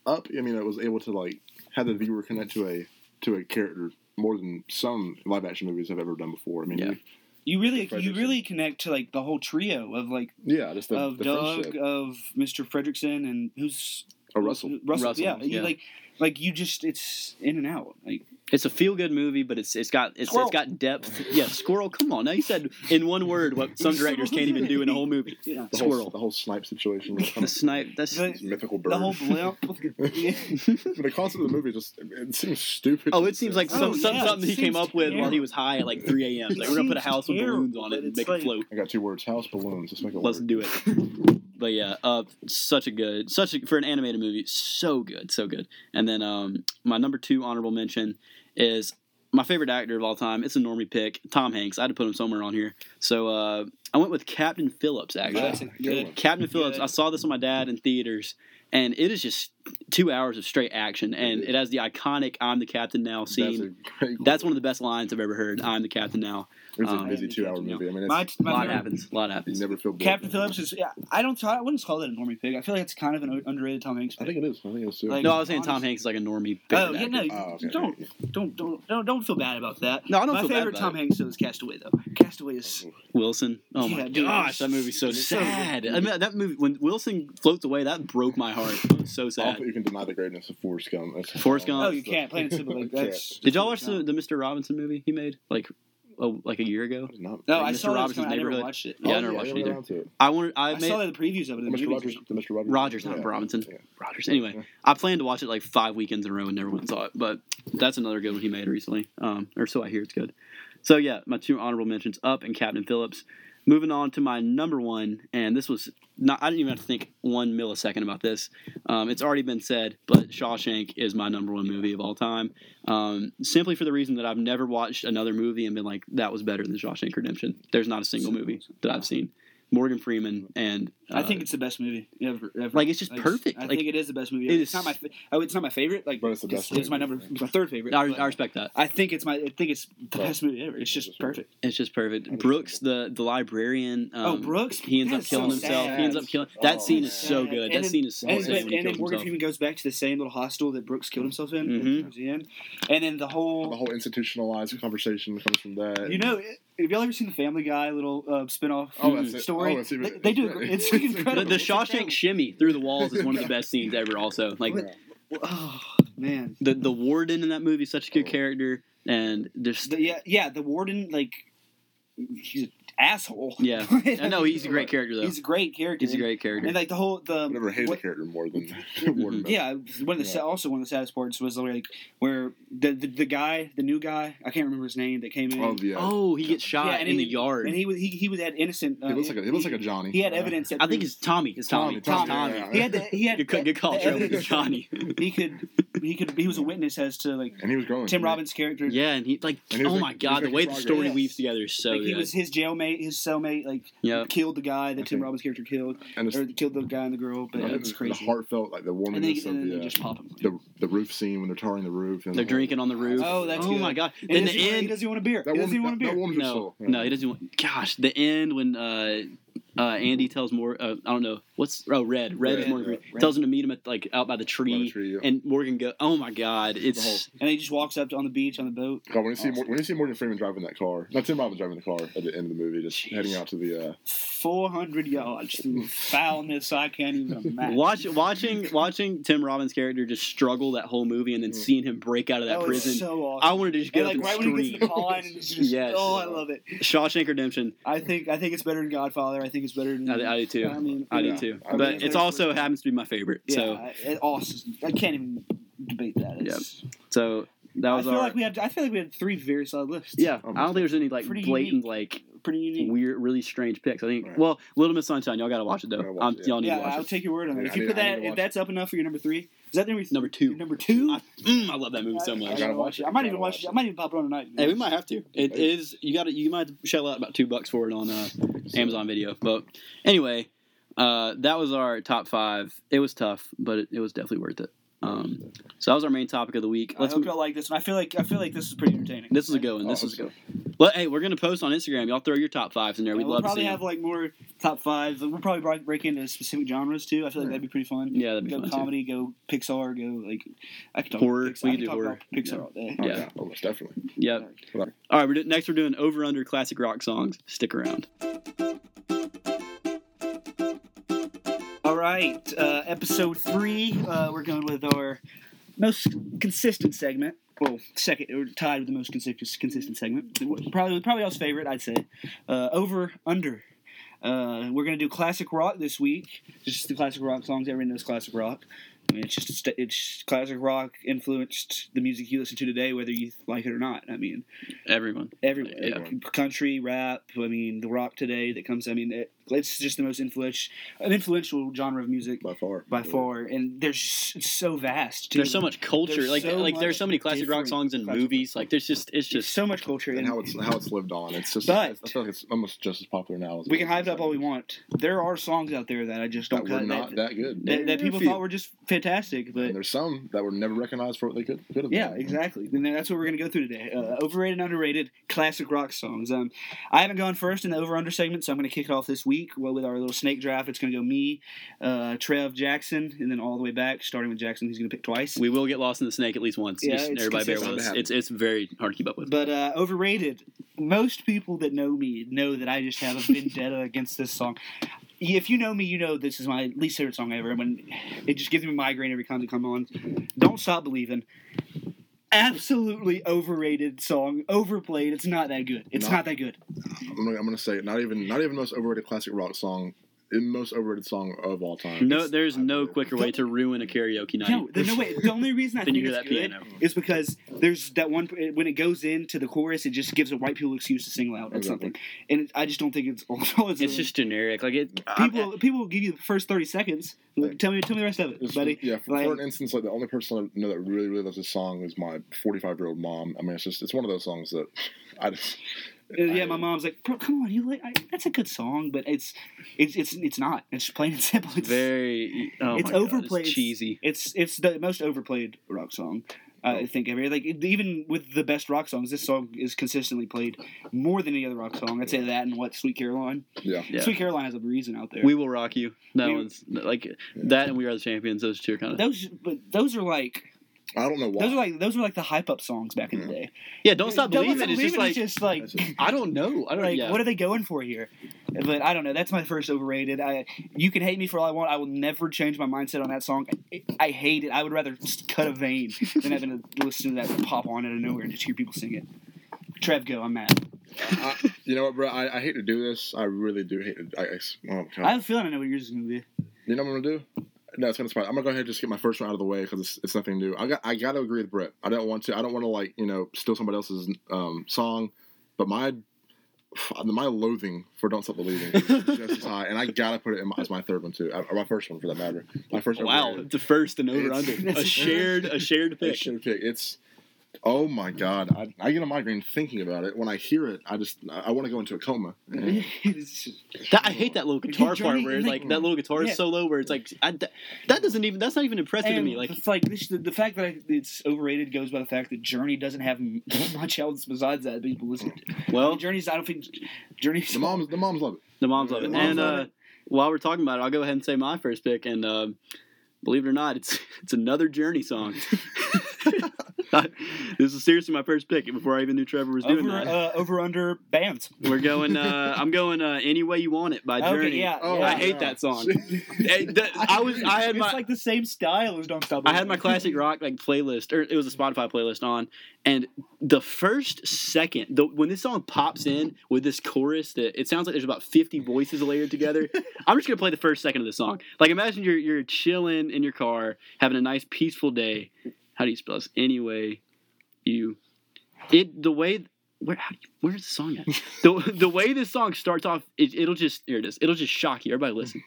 S1: Up. I mean, it was able to like have the viewer connect to a to a character more than some live action movies have ever done before. I mean,
S2: Yeah.
S1: you-
S3: You really, you
S1: Fredrickson.
S3: really connect to like the whole trio of like
S1: yeah, just the,
S3: of
S1: the
S3: Doug,
S1: friendship.
S3: of Mr. Fredrickson, and who's uh,
S1: Oh, Russell.
S3: Russell,
S2: Russell,
S3: yeah. You,
S2: yeah.
S3: like, like you just it's in and out. Like
S2: It's a feel good movie, but it's it's got it's,
S3: Squirrel.
S2: it's got depth. Yeah, squirrel. Come on, now you said in one word what some directors can't even do in a whole movie.
S3: Yeah.
S1: The whole,
S2: Squirrel.
S1: the whole snipe situation. with
S2: The snipe. That's
S3: The,
S1: some mythical bird.
S3: the whole blimp.
S1: the concept of the movie just it seems stupid.
S2: oh, it seems like some,
S3: Oh,
S2: some,
S3: yeah,
S2: something
S3: it
S2: he came
S3: seems
S2: up with while he was high at like 3 a.m. Like we're gonna put a
S3: seems
S2: house with balloons
S3: terrible,
S2: on it
S3: but
S2: and
S3: it's
S2: make
S3: like-
S2: it float.
S1: I got two words: house balloons. Let's make it
S2: Let's
S1: work.
S2: do it. But yeah, uh, such a good, such a, for an animated movie, so good, so good. And then um, my number two honorable mention is my favorite actor of all time. It's a normie pick, Tom Hanks. I had to put him somewhere on here, so uh, I went with Captain Phillips actually.
S3: That's a good-
S2: Captain Phillips. I saw this with my dad in theaters, and it is just two hours of straight action, and it has the iconic "I'm the captain now"
S1: That's
S2: scene.
S1: a great.
S2: That's one of the best lines I've ever heard. "I'm the captain now."
S1: It's a
S2: um,
S1: busy two-hour movie. I mean,
S3: My,
S1: it's,
S2: A
S3: my
S2: lot
S3: favorite-
S2: happens. A lot
S1: you
S2: happens.
S1: never feel bored.
S3: Captain Phillips is. Yeah, I don't. I wouldn't call that a normie pig. I feel like it's kind of an underrated Tom Hanks.
S1: I
S3: Pick.
S1: think it is. I think it is too.
S3: Like-
S2: No, I was saying Tom Hanks is like a normie.
S3: Oh
S2: favorite
S3: yeah, no,
S2: actor.
S1: Oh, okay.
S3: don't don't don't don't don't feel bad about that.
S2: No, I don't
S3: My
S2: feel bad
S3: favorite
S2: about
S3: Tom
S2: it.
S3: Hanks though is Castaway though. Castaway is
S2: Wilson. Oh my
S3: Yeah, dude,
S2: gosh, that
S3: it's
S2: movie's so,
S3: so good.
S2: sad. I mean, that movie when Wilson floats away, that broke my heart. It was so
S1: I don't
S2: sad.
S1: think you can deny the greatness of Forrest Gump. That's-
S2: Forrest Gump.
S3: Oh, you can't. Planet Simple. Like, that's
S2: Did y'all watch the, the Mr. Robinson movie he made like oh, like a year ago?
S1: Not-
S3: No,
S2: like
S3: I
S2: Mr.
S3: saw it. it was coming-
S2: Robinson's
S3: I never
S2: neighborhood?
S3: watched it. Oh,
S2: Yeah, I
S1: Oh,
S2: never watched
S1: never
S2: it either.
S1: got to it.
S2: I wanted. I,
S3: I
S2: made
S3: saw the previews of it. in the
S1: Mr. Rogers,
S3: movies.
S1: the Mr. Rogers.
S2: Rogers, not
S1: Yeah.
S2: Robinson.
S1: Yeah.
S2: Rogers. Anyway,
S1: Yeah.
S2: I planned to watch it like five weekends in a row and never went and saw it. But that's another good one he made recently, um, or so I hear. It's good. So yeah, my two honorable mentions up and Captain Phillips. Moving on to my number one, and this was not. I didn't even have to think one millisecond about this. Um, it's already been said, but Shawshank is my number one movie of all time, um, simply for the reason that I've never watched another movie and been like, that was better than Shawshank Redemption. There's not a single movie that I've seen. Morgan Freeman and
S3: I
S2: uh,
S3: think it's the best movie ever. ever.
S2: Like, it's just perfect.
S3: I
S2: Like,
S3: think it is the best movie.
S2: it
S3: Ever.
S2: is-
S3: It's not my. Fa- oh, it's not my favorite. Like,
S1: But it's the best
S3: It's my
S1: movie.
S3: number. It's my third favorite.
S2: uh, I,
S3: but
S2: I respect that.
S3: I think it's my. I think it's the
S1: Well,
S3: best movie ever. It's just perfect.
S2: It's just perfect.
S1: That's
S2: Brooks, the the librarian. Um,
S3: oh, Brooks.
S2: He ends up
S3: That's so
S2: killing himself.
S3: sad.
S2: He ends up killing. That
S1: Oh,
S2: scene is
S1: sad.
S2: so good.
S3: And
S2: that
S3: then-
S2: scene is so
S3: And,
S1: Always
S2: good.
S3: then-
S2: when he
S3: and then
S2: kills
S3: Morgan
S2: himself.
S3: Freeman goes back to the same little hostel that Brooks killed himself in.
S2: Mhm.
S3: towards the end. And then the whole,
S1: The whole institutionalized conversation comes from that.
S3: you know, have y'all ever seen the Family Guy little uh, spinoff
S1: Oh, that's it.
S3: story?
S1: Oh, it's even-
S3: they, they do. It's
S2: The,
S3: incredible.
S2: the
S3: It's incredible.
S2: Shawshank shimmy through the walls is one of the best scenes ever. Also, like
S1: Yeah.
S3: Oh man.
S2: the the warden in that movie, is such a good
S1: Oh.
S2: character, and just
S3: The, yeah, yeah. The warden, like, he's an asshole.
S2: yeah. I know he's a great character though.
S3: He's a great character.
S2: He's a great
S3: And
S2: character.
S3: like the whole the
S1: I never hated
S3: what-
S1: the character more than Warden Beatty.
S3: Yeah, one of the
S1: Yeah.
S3: also one of the saddest parts was like where the, the the guy, the new guy, I can't remember his name, that came in.
S1: Oh yeah.
S2: Oh, he gets shot
S3: Yeah, and
S2: in
S3: he-
S2: the yard.
S3: And he was he, he was that innocent. Uh,
S1: he looks like a he looks like a Johnny.
S3: he had evidence. That
S2: I think it's Tommy. It's Tommy.
S1: Tommy,
S2: Tommy.
S1: Tommy,
S3: he had the, he had
S2: Good,
S3: the-
S2: good call,
S3: the
S2: Trevor.
S3: evidence
S2: Johnny.
S3: that He could he could he was a witness as to like
S1: and he was growing.
S3: Tim Robbins' character.
S2: Yeah, and he like,
S1: And he was
S2: oh
S1: like-
S2: my
S1: he was
S2: god, the
S1: making
S2: way the
S1: progress.
S2: story
S3: Yes.
S2: weaves together is so
S3: like he
S2: good.
S3: was his jailmate, his cellmate, like
S2: Yep.
S3: killed the guy that Tim
S1: Okay.
S3: Robbins' character killed,
S1: And it's,
S3: or killed the guy and the girl. But
S1: I think
S3: it's
S1: the-
S3: crazy.
S1: The heartfelt, like the
S3: and then,
S1: warmingness
S3: and then
S1: of
S3: they
S1: the, uh,
S3: just pop him.
S1: the the roof scene when they're tarring the roof. And
S2: They're drinking on the roof.
S3: Oh, that's good.
S2: my god!
S3: And
S2: then
S3: he
S2: the
S3: doesn't- he
S2: end.
S3: doesn't want a beer.
S1: That
S3: he doesn't
S1: woman,
S3: want a
S1: that, that
S3: beer.
S1: woman's
S2: No, no, he doesn't want. Gosh, the end when uh, uh, Andy tells more. Uh, I don't know what's. Oh, red. Red is
S3: Red,
S2: more.
S1: yeah,
S3: Red.
S2: Tells him to meet him at like out by the tree. And Morgan go. Oh my god! It's
S3: And he just walks up on the beach on the boat.
S1: God, when you see Mor- when you see Morgan Freeman driving that car, not Tim Robbins driving the car at the end of the movie, just
S2: Jeez.
S1: heading out to the. Uh,
S3: 400 yards through foulness I can't even imagine.
S2: watch watching watching Tim Robbins' character just struggle that whole movie, and then
S1: Mm.
S2: seeing him break out of that
S3: oh,
S2: prison.
S3: It's Mm-hmm. so awesome.
S2: I wanted to just get
S3: and like
S2: up
S3: right
S2: and
S3: when he gets to
S2: scream.
S3: the pond, and it's just,
S2: Yes.
S3: oh, I love it.
S2: Shawshank Redemption.
S3: I think I think it's better than Godfather. I think it's better than.
S2: I, I do too.
S3: I mean,
S2: I
S1: yeah.
S2: do too.
S1: I mean,
S2: But
S3: it's
S2: it's
S3: very
S2: also
S3: clear.
S2: happens to be my favorite.
S3: yeah,
S2: So
S3: it, awesome. I can't even debate that. It's,
S2: so that was
S3: I feel
S2: our.
S3: like we had. I feel like we had three very solid lists.
S2: yeah, I
S1: Oh,
S2: don't think there's any like
S3: Pretty
S2: blatant
S3: unique.
S2: like
S3: pretty unique.
S2: weird, really strange picks. I think.
S1: Right.
S2: Well, Little Miss Sunshine, y'all gotta watch it though.
S1: Gotta watch
S2: Um,
S1: it, yeah.
S2: Y'all need
S3: yeah,
S2: to watch
S3: I'll
S2: it.
S3: take your word on that.
S1: Yeah,
S3: if
S1: I
S3: you
S1: need-
S3: put
S1: I need
S3: that,
S1: to watch
S3: if that's up enough for your number three, is that number
S2: Number two.
S3: Number two.
S2: I, mm, I love that movie so
S3: I
S2: much.
S1: gotta
S3: gotta watch it. I might even
S1: Gotta
S3: watch
S1: watch
S3: it. I
S1: it.
S3: might even pop it on tonight.
S2: Hey, we might have to. It
S1: Hey.
S2: is you got to you might shell out about two bucks for it on uh, Amazon Video. But anyway, uh, that was our top five. It was tough, but it, it was definitely worth it. Um, so that was our main topic of the week.
S3: I
S2: Let's.
S3: hope
S2: Move,
S3: y'all like this. And I feel like I feel like this is pretty entertaining.
S2: this is a good one. This
S1: Oh,
S2: is a good. One. But hey, we're gonna post on Instagram. Y'all throw your top fives in there. We'd
S3: we'll
S2: love to
S3: probably
S2: see.
S3: have
S2: 'em.
S3: like more top five. We'll probably break, break into specific genres too. I feel like that'd be pretty fun.
S2: Yeah, that'd be
S3: go
S2: fun, too.
S3: comedy, go Pixar, go like I could talk
S2: Horror.
S3: About Pixar.
S2: We
S3: I
S2: could
S3: could
S2: do
S3: talk
S2: horror.
S3: about Pixar all day.
S1: oh,
S2: Yeah.
S1: yeah. almost definitely.
S2: Yep. All right. We're do- next. We're doing over under classic rock songs. Stick around.
S3: All right, uh, episode three. Uh, we're going with our most consistent segment, well, second or tied with the most consistent, consistent segment. Probably, probably y'all's favorite, I'd say. Uh, over under. Uh, we're gonna do classic rock this week. Just the classic rock songs. Everyone knows classic rock. I mean, it's just st- it's classic rock influenced the music you listen to today, whether you like it or not. I mean,
S2: Everyone.
S3: everywhere,
S2: Yeah.
S3: Like, country rap. I mean, the rock today that comes. I mean, it, it's just the most influential, an influential genre of music
S1: by far.
S3: by far, and there's it's so vast. Too.
S2: There's so much culture.
S3: There's
S2: like
S3: so
S2: like there's
S3: much
S2: so many classic rock
S3: different
S2: songs and
S3: classic-
S2: movies. Like there's just
S3: There's
S2: it's just
S3: so much culture,
S1: And
S3: and
S1: how it's how it's lived on. It's just
S3: But-
S1: I feel like it's almost just as popular now. As
S3: we can hype it up all we want. There are songs out there that I just
S1: That
S3: don't
S1: were
S3: cut
S1: not
S3: that,
S1: that good.
S3: that, that people thought were just fantastic, but
S1: And there's some that were never recognized for what they could could have.
S3: Yeah,
S1: been.
S3: exactly. And that's what we're going to go through today. Uh, overrated, underrated classic rock songs. Um, I haven't gone first in the over under segment, so I'm going to kick it off this week well, with our little snake draft. It's going to go me, uh, Trev, Jackson, and then all the way back, starting with Jackson, who's going to pick twice.
S2: we will get lost in the snake at least once.
S3: Yeah,
S2: Just
S3: it's
S2: everybody bear
S1: consistent.
S2: with us. It's it's very hard to keep up with.
S3: But uh, overrated. Most people that know me know that I just have a vendetta against this song. If you know me, you know this is my least favorite song ever. When it just gives me a migraine every time it comes on. Don't stop believing. Absolutely overrated song, overplayed. It's not that good. It's
S1: Not-
S3: not that good.
S1: I'm gonna, I'm gonna say not even not even most overrated classic rock song, the most overrated song of all time.
S2: no,
S1: It's-
S2: there's
S1: I
S2: no
S1: believe.
S2: quicker way to ruin a karaoke night
S3: No, there's no way. The only reason I
S2: than
S3: think
S2: you hear
S3: it's
S2: that
S3: good
S2: piano.
S3: is because there's that one when it goes into the chorus, it just gives a white people excuse to sing loud at
S1: Exactly.
S3: something, and it, I just don't think it's. It's,
S2: It's just generic. Like it.
S3: people. People will give you the first thirty seconds.
S1: Like-
S3: tell me, tell me the rest of it,
S1: It's-
S3: buddy.
S1: yeah, for,
S3: like-
S1: for an instance, like the only person I know that really really loves this song is my 45 year old mom. I mean, it's just it's one of those songs that I just
S3: Uh, yeah,
S1: I-
S3: my mom's like, bro, come on, you like I, that's a good song, but it's, it's, it's, it's not. It's plain and simple. It's
S2: very. Oh
S3: it's
S2: my God,
S3: overplayed.
S2: it's cheesy.
S3: It's, it's the most overplayed rock song. I think every like it- even with the best rock songs, this song is consistently played more than any other rock song. I'd say that and what Sweet Caroline.
S1: yeah.
S2: Yeah.
S3: Sweet Caroline has a reason out there.
S2: We will rock you. That
S3: We-
S2: one's like that, and we are the champions. Those two are kind of.
S3: those, but those are like
S1: I don't know why.
S3: those are like those were like the hype up songs back in the day.
S2: Yeah, don't stop believing.
S3: Stop
S2: it's just like
S3: Believin' is just like
S1: Mm-hmm. That's it.
S2: I don't know. I don't.
S3: like
S2: yeah.
S3: what are they going for here but i don't know that's my first overrated i you can hate me for all i want i will never change my mindset on that song i, I hate it i would rather just cut a vein than having to listen to that pop on out of nowhere and just hear people sing it trev go i'm mad
S1: I, you know what, bro? I, I hate to do this. I really do hate it. I, I, oh, God.
S3: i have a feeling i know what yours is going to be
S1: you know what I'm gonna do? No, it's gonna surprise. I'm gonna go ahead and just get my first one out of the way because it's, it's nothing new. I got I gotta agree with Brett. I don't want to. I don't want to like you know steal somebody else's um, song, but my my loathing for "Don't Stop Believing" is just as high, and I gotta put it in my, as my third one too, Uh, or my first one for that matter. My first
S2: Wow,
S1: overrated.
S2: the first and over
S1: It's-
S2: under. A
S3: That's-
S2: shared, a shared
S1: It's
S2: pick.
S1: sure pick. It's oh my god, I, I get a migraine thinking about it. When I hear it, I just I, want to go into a coma. And
S3: It's just-
S2: That, I hate that little
S3: Like,
S2: guitar
S3: Johnny-
S2: part where
S3: like-
S2: like that little guitar
S3: Yeah.
S2: solo where it's like I, that, that doesn't even that's not even impressive to
S3: and
S2: me. Like
S3: it's like this, the, the fact that I, it's overrated goes by the fact that Journey doesn't have m- much else besides that people listen to.
S2: well,
S3: Journey's, I don't think Journey's
S1: the moms the moms love it.
S2: the moms love it.
S3: The moms
S2: and
S3: love
S2: uh, while we're talking about it, I'll go ahead and say my first pick. And um believe it or not, it's it's another Journey song. this is seriously my first pick before I even knew Trevor was doing
S3: over
S2: that.
S3: uh, over under bands.
S2: We're going. Uh, I'm going. Uh, Any way you want it by Journey.
S3: Okay, yeah.
S1: Oh,
S3: yeah.
S2: I hate
S1: God.
S2: that song. Hey, that- I was. I had
S3: it's
S2: my.
S3: like the same style as Don't Stop.
S2: I had my classic rock like playlist, or it was a Spotify playlist on, and the first second, the, when this song pops in with this chorus that it sounds like there's about 50 voices layered together. I'm just gonna play the first second of the song. Like imagine you're you're chilling in your car, having a nice peaceful day. How do you spell this? Anyway, you, it the way where how do you, where's the song at? the the way this song starts off, it, it'll just here it is. It'll just shock you. Everybody listen.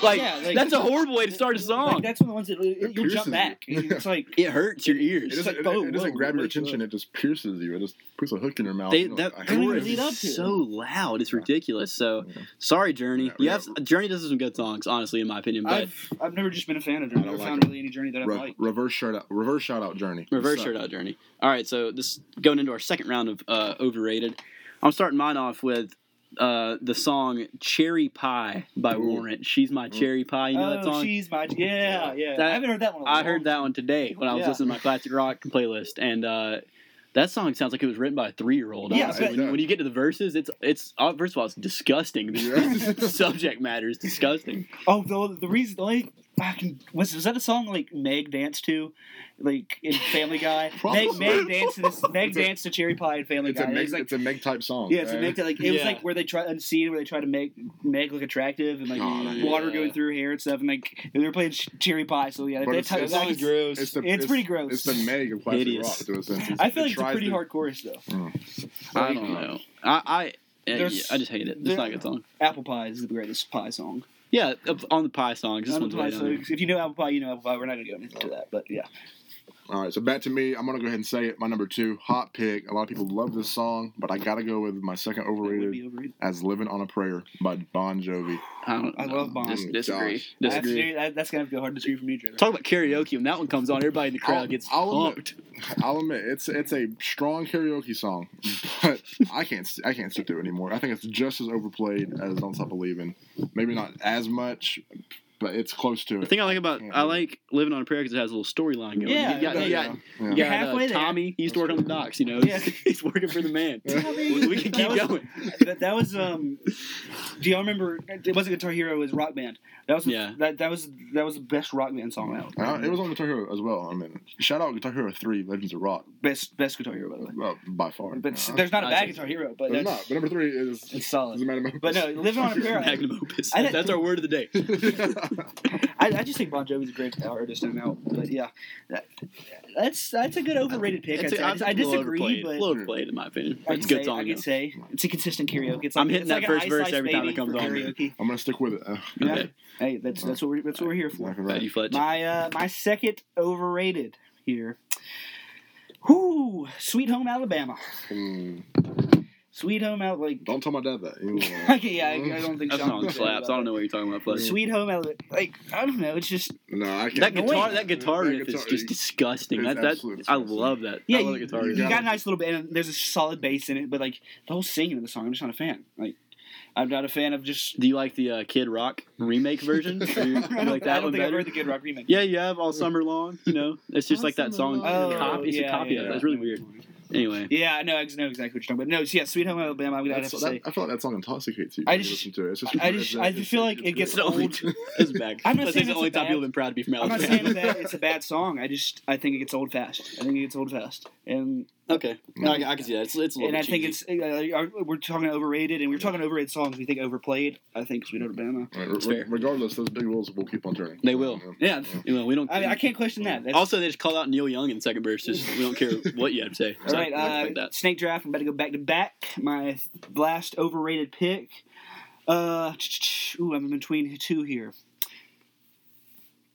S2: Like,
S3: Yeah, like-
S2: that's a horrible way to start a song.
S3: Like, that's one of the ones that it, you'll
S1: pierces
S3: jump
S1: you.
S3: back. It's like
S2: It hurts your
S1: It
S2: ears.
S3: It's
S1: doesn't,
S3: like,
S1: it,
S3: oh,
S1: it doesn't
S3: whoa,
S1: grab your
S3: wakes you
S1: attention. It just pierces you. It just puts a hook in your mouth.
S2: They,
S1: You know,
S2: that
S1: I hate
S3: really
S2: chorus
S1: it.
S3: lead up
S2: is
S3: to it.
S2: so loud. It's ridiculous. So
S1: Yeah.
S2: sorry, Journey.
S1: Yeah,
S2: you
S1: yeah.
S2: have Journey does some good songs, honestly, in my opinion. But
S3: I've I've never just been a fan of
S1: I
S3: Journey.
S1: don't
S3: I've
S1: like
S3: found
S1: it.
S3: really any Journey that I
S1: Re-
S3: like.
S1: reverse shout out. Reverse shout out journey.
S2: reverse
S1: What's
S2: shirt
S1: up?
S2: out Journey. All right, so this going into our second round of uh, overrated. I'm starting mine off with uh, the song "Cherry Pie" by
S1: Ooh.
S2: Warrant. She's my cherry pie. You know that
S3: oh,
S2: song.
S3: she's my yeah yeah.
S2: That-
S3: I haven't heard that one. in a
S2: I
S3: long
S2: heard that one today when I was
S3: Yeah.
S2: listening to my classic rock playlist, and uh, that song sounds like it was written by a three-year-old.
S3: Yeah,
S2: honestly.
S3: but-
S2: when, when you get to the verses, it's it's uh, first of all, it's disgusting. The
S1: Yeah.
S2: subject matter is disgusting.
S3: time. Oh, the, the reason the only fucking was was that a song like Meg danced to, like in Family Guy? Meg, Meg
S1: Probably.
S3: danced to this, Meg
S1: It's a-
S3: danced to Cherry Pie in Family
S1: It's a
S3: Guy.
S1: Meg,
S3: It's like
S1: it's a Meg type song.
S3: yeah, it's a
S1: right?
S3: Meg that like it was
S2: Yeah.
S3: like where they try a scene where they try to make Meg look attractive and like
S1: God, Oh, yeah.
S3: water going through her hair and stuff and like they were playing Cherry Pie. So yeah,
S1: But
S3: that
S1: it's-
S3: type of
S1: it's
S3: song
S1: always
S3: is-
S2: gross.
S1: It's, the,
S3: It's pretty gross.
S1: It's the Meg of classic
S2: Hideous.
S1: rock to a sense.
S3: I feel
S1: It
S3: like it's a
S1: tries
S3: pretty
S1: to-
S3: hard chorus though.
S1: I
S2: I
S1: don't
S2: don't
S1: know.
S2: know. I I, I,
S3: There's-
S2: I just hate it. It's not a good song.
S3: Apple Pie is the greatest pie song.
S2: Yeah, up on the pie songs. This
S3: Apple
S2: one's way
S3: pie
S2: down
S3: songs- If you know Apple Pie, you know Apple Pie. We're not gonna go
S1: Oh.
S3: into that, but yeah.
S1: All right, so back to me. I'm gonna go ahead and say it. My number two, hot pick. A lot of people love this song, but I gotta go with my second
S3: It would
S1: overrated
S3: be overrated.
S1: as "Living on a Prayer" by Bon Jovi.
S2: there. I don't.
S3: I
S2: know.
S3: love Bon.
S2: Dis-
S1: Oh, gosh.
S3: I
S2: disagree.
S3: have to
S2: Disagree.
S3: do- that- that's gonna have to be hard to disagree from you, Trevor.
S2: Talk about karaoke. When that one comes on, everybody in the crowd
S1: I'll-
S2: gets
S1: I'll admit-
S2: pumped.
S1: I'll admit it's it's a strong karaoke song, but I can't I can't sit through it anymore. I think it's just as overplayed as "Don't Stop Believing." Maybe not as much, but it's close to
S2: The
S1: it.
S2: thing I like about I like living on a prayer because it has a little storyline going.
S3: Yeah,
S2: you got,
S1: Yeah, yeah,
S2: you got,
S1: yeah.
S2: you
S3: You're
S2: got, uh,
S3: halfway there.
S2: Tommy. He used to work on the docks. You know, he's,
S3: Yeah.
S2: he's working for the man.
S3: Tommy.
S2: we, we can
S3: That
S2: keep
S3: was-
S2: going.
S3: that, that was um do y'all remember it wasn't guitar hero it was rock band that was
S2: Yeah.
S3: that, that was that was the best rock band song out
S1: Uh, it was on Guitar Hero as well. I mean, shout out Guitar Hero Three: Legends of Rock,
S3: best best guitar hero by the way
S1: well, by far.
S3: but
S1: Uh,
S3: there's not a
S2: I
S3: bad
S2: see.
S3: guitar hero but
S1: there's
S3: that's,
S1: not. But number three is
S3: it's
S1: is
S3: solid
S1: a man of
S3: but no living on a prayer I,
S2: Magnum opus.
S3: I didn't-
S2: That's our word of the day.
S3: I, I just think bon jovi's a great artist and out but yeah that, that's that's a good overrated pick
S2: It's
S3: I'd
S2: a-
S3: say. I, dis- I
S2: I think it's a little
S3: disagree
S2: overplayed.
S3: but
S2: a little overplayed in my opinion.
S3: I
S2: It's
S3: could
S2: a good
S3: say-
S2: song.
S3: I
S2: though.
S3: could say it's a consistent karaoke. It's like,
S2: I'm hitting
S3: it's
S2: that
S3: like an
S2: first
S3: Ice
S2: verse
S3: Ice
S2: every time it
S3: Baby
S2: comes
S3: for
S2: on.
S3: Karaoke.
S1: I'm gonna stick with it. Uh,
S3: Yeah.
S2: Okay.
S3: Hey, that's that's what we're that's what we're here for.
S1: I can
S2: Glad
S1: write.
S2: you fudged.
S3: My uh, my second overrated here. Whoo, Sweet Home Alabama.
S1: Hmm.
S3: Sweet Home Alabama. Like,
S1: Don't tell my dad that. He was, uh,
S3: okay, yeah, I, I don't think
S2: That
S3: Sean
S2: song
S3: would say
S2: slaps. I
S3: that.
S2: don't know what you're talking about, but
S3: Sweet Home Alabama. Like, I don't know. It's just
S1: no, I can't.
S2: that guitar,
S3: Annoying.
S2: that guitar riff is
S1: guitar-
S2: just disgusting.
S1: It's
S2: That, that
S1: absolutely
S2: I
S1: disgusting.
S2: love that.
S3: yeah,
S2: I love
S3: you,
S2: the guitar.
S3: you
S2: riff.
S1: gotta-
S3: got a nice little bit, and there's a solid bass in it, but like the whole singing of the song, I'm just not a fan. Like, I'm not a fan of just.
S2: Do you like the uh, Kid Rock remake version? Do you,
S1: I
S2: you
S3: I don't, I
S2: like that
S3: don't
S2: one
S3: think I've
S2: better?
S3: heard the Kid Rock remake.
S2: Yeah, you have all summer long. You know, it's just
S1: All
S2: like that
S1: summer
S2: song.
S1: long.
S2: copy, it's
S3: Oh,
S2: a
S3: yeah,
S2: copy of
S1: yeah.
S2: it. It's really weird. Anyway,
S3: Yeah, I know, I know exactly what you're talking about. No, it's- yeah, Sweet Home Alabama. I'm gonna have
S1: That's-
S3: to
S1: that,
S3: say.
S1: I feel like that song intoxicates you.
S3: I
S1: when you
S3: just-
S1: listen to it. It's just,
S3: I just- I just feel like it gets
S2: it's the only. It's back.
S3: I'm not saying
S2: But it's the
S3: it's
S2: only
S3: a
S2: time
S3: bad-
S2: people have been proud to be from
S3: I'm not
S2: Alabama.
S3: saying that it's a bad song. I just I think it gets old fast. I think it gets old fast, and
S2: Okay, no, I, I can see that. It's, it's a little
S3: and I
S2: bit
S3: think
S2: cheesy.
S3: it's uh, uh, we're talking overrated, and we're talking overrated songs. We think overplayed. I think Sweet Alabama.
S1: All right, re-
S2: It's fair.
S1: regardless, those big wheels will keep on turning.
S2: They will. Yeah,
S1: Yeah.
S2: you know, we don't.
S3: I, I can't question that. That's,
S2: Also, they just call out Neil Young in the second verse. Just we don't care what you have to say.
S3: all right,
S2: I
S3: uh, Snake Draft. I'm about to go back to back. My last overrated pick. Uh, ooh, I'm in between two here.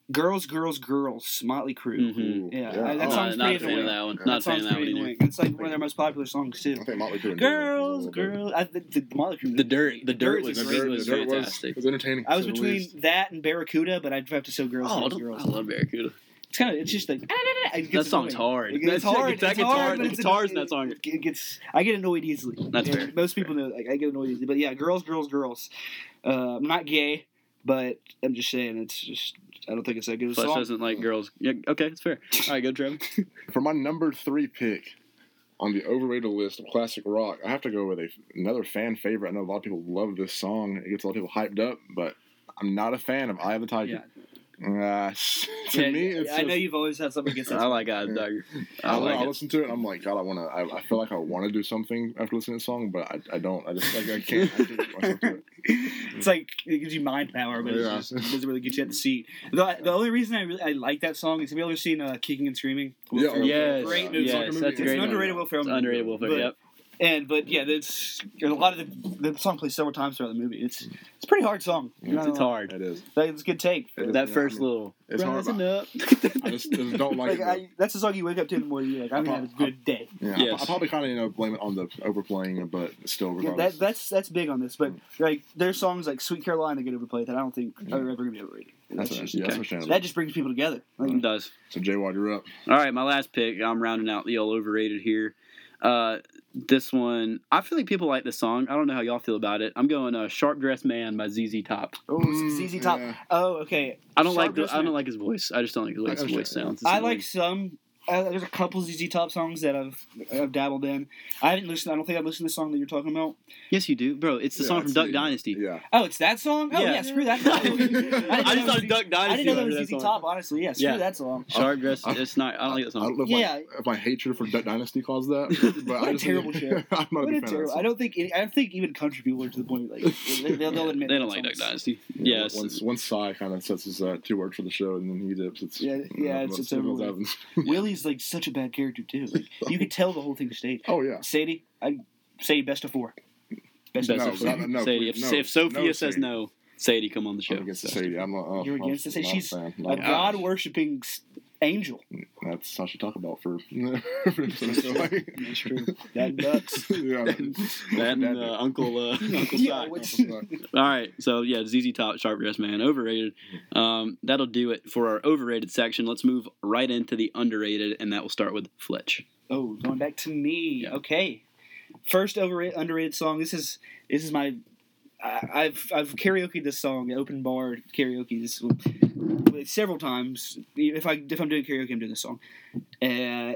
S3: Girls, girls, girls. Motley Crue.
S2: Mhm.
S1: Ooh,
S3: Yeah, I- that
S1: oh,
S3: song's
S2: not a
S3: pretty
S2: fan of
S3: annoying.
S2: that one.
S1: That
S3: That
S2: Not a fan of
S3: song's
S2: that one
S3: pretty
S2: either.
S3: annoying. It's like one of their most popular songs too.
S1: I think Motley Crue. and
S3: Girls,
S1: Dylan did a little
S3: girls. I, the, the Motley Crue.
S2: The dirt, the dirt
S3: Dirt's
S2: was,
S1: bit.
S3: a
S1: The
S3: great-
S1: dirt-
S2: was
S1: the dirt was-
S2: fantastic.
S1: was entertaining.
S3: I was
S1: to say the least.
S3: between that and Barracuda, but I'd have to say girls.
S2: Oh, I
S3: girls,
S2: don't-
S3: girls.
S2: I love Barracuda.
S3: It's kind of it's just like it
S2: That
S3: gets
S2: song's
S3: annoying.
S2: hard.
S3: It gets
S2: That's-
S3: hard. it's
S2: That
S3: hard,
S2: guitar,
S3: but
S2: the
S3: it's
S2: guitar's in
S3: annoying.
S2: that song.
S3: It gets. I get annoyed easily.
S2: That's
S3: And
S2: fair.
S3: Most people know. Like I get annoyed easily, but yeah, girls, girls, girls. Uh, I'm not gay, but I'm just saying it's just. I don't think it's that good a
S2: Plus,
S3: song.
S2: doesn't like girls. Yeah, okay, it's fair. All right, good, Trevor.
S1: For my number three pick on the overrated list of classic rock, I have to go with a, another fan favorite. I know a lot of people love this song. It gets a lot of people hyped up, but I'm not a fan of Eye of the Tiger. Uh, to
S3: Yeah,
S1: me,
S3: yeah,
S1: it's
S3: I know
S1: just-
S3: you've always had something against
S2: I
S3: that.
S2: like Eyes Tiger.
S1: I,
S2: I
S1: don't know, I
S2: like it.
S1: listen to it. and I'm like, God, I want to. I, I feel like I want to do something after listening to the song, but I, I don't. I just like I can't. I can't get myself to it.
S3: it's like it gives you mind power, but
S1: Yeah.
S3: it's just, it doesn't really get you at the seat. The, the only reason I really I like that song is have you ever seen uh, "Kicking and Screaming"? Will
S1: Yeah,
S3: Ferrell.
S2: Yes,
S3: great movie.
S2: yes,
S1: It's
S2: that's a
S3: It's
S2: great
S3: an
S2: one.
S3: underrated Will Ferrell.
S2: It's
S3: movie.
S2: underrated Will Ferrell.
S3: But-
S2: Yep.
S3: And but yeah, that's a lot of the, the song plays several times throughout the movie. It's it's a pretty hard song.
S2: It's hard.
S1: It is.
S3: Like, it's a good take.
S1: It is.
S2: That
S1: Yeah,
S2: first
S1: I mean,
S2: little.
S1: it's hard,
S2: rising
S1: but-
S2: up.
S1: I just, just don't like,
S3: Like
S1: it.
S3: I, that's the song you wake up to in the morning. You're like, I'm gonna have a good day.
S1: yeah, I-
S2: Yes.
S1: I, probably kind of you know blame it on the overplaying, but still,
S3: Yeah,
S1: regardless.
S3: that, that's that's big on this. But like, there's songs like "Sweet Caroline" that get overplayed that I don't think are ever gonna be overrated.
S1: that's,
S3: That's just-
S1: yeah, that's
S2: okay.
S1: understandable.
S3: that just brings people together. Like,
S2: It does.
S1: so Jay, while you're up,
S2: All right, my last pick. I'm rounding out the all overrated here. Uh, this one, I feel like people like this song. I don't know how y'all feel about it. I'm going uh, "Sharp Dressed Man" by ZZ Top.
S3: oh, it's ZZ Top.
S1: yeah.
S3: Oh, okay.
S2: I don't
S3: Sharp
S2: like the,
S3: Dressed
S2: I don't
S3: Man.
S2: like his voice. I just don't like the way
S1: I
S2: his voice
S1: understand.
S2: sounds. It's
S3: I
S2: annoying.
S3: like some uh, there's a couple ZZ Top songs that I've I've dabbled in. I didn't listen. I don't think I've listened to the song that you're talking about.
S2: Yes, you do, bro. It's the
S1: Yeah,
S2: song from
S1: it's
S2: Duck
S1: the-
S2: Dynasty.
S1: Yeah.
S3: Oh, it's that song. Oh
S2: Yeah.
S3: yeah, screw that.
S2: I just
S3: know
S2: thought
S3: it was
S2: Duck Dynasty.
S3: I didn't know
S2: was
S3: that was
S2: that
S3: ZZ
S2: song.
S3: Top. Honestly, yeah, screw
S2: Yeah.
S3: that song.
S2: Shark dress.
S1: I-
S2: It's not. I don't like that
S1: I don't
S2: song.
S1: know if,
S3: Yeah.
S1: my, if my hatred for Duck Dynasty caused that, but
S3: What
S1: I
S3: a
S1: just
S3: terrible show.
S1: I'm not a
S3: What a
S1: big fan of
S3: terrible.
S1: that
S3: I
S1: song.
S3: don't think any, I don't think even country people are to the point like they, they'll, they'll admit
S2: They
S3: that
S2: don't like Duck
S3: it's almost-
S2: Dynasty.
S1: Yeah,
S2: Yes.
S1: once once Psy kind of sets his uh, two words for the show and then he dips, it's
S3: Yeah, yeah, it's- it's over with. Willie's like such a bad character too. Like you could tell the whole thing's staged.
S1: Oh yeah,
S3: Sadie, I say best of four. Best,
S2: Best
S1: no,
S2: of
S3: four.
S1: not- no,
S2: Sadie. If,
S1: please, no,
S2: if Sophia
S1: no,
S2: says
S1: Sadie.
S2: no, Sadie, come on the show.
S1: I'm against
S2: So-
S1: Sadie. I'm, uh,
S3: You're
S1: I'm
S3: against the
S1: not
S3: Sadie?
S1: a
S3: She's
S1: fan.
S3: A
S1: Not
S2: Yeah.
S3: god worshipping angel.
S1: That's how she talk about for. for episodes, so, like-
S3: That's true. That ducks.
S1: yeah,
S2: that and uh, Uncle uh, Uncle
S3: Yeah,
S2: Cy.
S3: what's-
S2: All right, so yeah, ZZ Top, Sharp Dress Man, overrated.
S1: Mm-hmm.
S2: Um, that'll do it for our overrated section. Let's move right into the underrated, and that will start with Fletch.
S3: Oh, going back to me.
S2: Yeah.
S3: Okay, first overrated, underrated song. This is this is my. I- I've I've karaoke this song at open bar karaoke this one- several times. If I if I'm doing karaoke, I'm doing this song. Uh,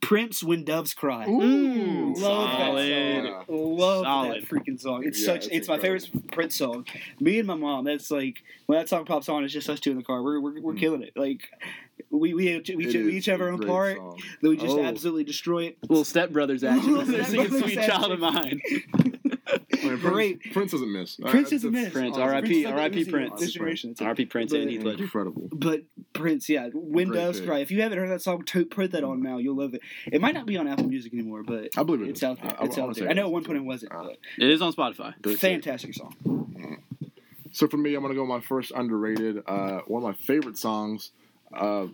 S3: Prince when doves cry.
S2: Ooh,
S3: Love that
S2: solid.
S3: song. Love
S2: Solid.
S3: that freaking song. It's
S1: Yeah,
S3: such.
S1: it's
S3: It's, my
S1: incredible.
S3: favorite Prince song. Me and my mom. That's like when that song pops on. It's just us two in the car. We're we're, we're
S1: Mm.
S3: killing it. Like we we each, we, each, we each have our own part. Then we just
S2: Oh.
S3: absolutely destroy it.
S2: Little stepbrothers action.
S3: Little
S2: They're singing
S3: Stepbrothers
S2: Sweet
S3: action.
S2: Child of Mine.
S3: Great.
S1: Prince, Prince doesn't miss. Uh,
S3: Prince doesn't
S1: that's-
S3: miss.
S2: Prince,
S1: awesome.
S2: R.I.P.
S3: Prince is like
S2: R.I.P.
S3: the
S2: Prince.
S3: This generation. It's
S2: R.P. Prince and
S3: But-
S2: Heath Ledger.
S1: Incredible.
S3: But Prince, yeah, When
S1: Great
S3: Doves
S1: pick.
S3: Cry. If you haven't heard that song, to- put that on now. You'll love it. It might not be on Apple Music anymore, but
S1: I believe it
S3: it's
S1: is.
S3: out there.
S1: I- I-
S3: it's
S1: I
S3: out
S1: wanna say
S3: there.
S1: it
S3: I know at
S1: is.
S3: one point it wasn't.
S1: Uh,
S3: but
S2: It is on Spotify.
S1: Great pick.
S3: fantastic song.
S1: So for me, I'm gonna go with my first underrated, uh, one of my favorite songs. Uh,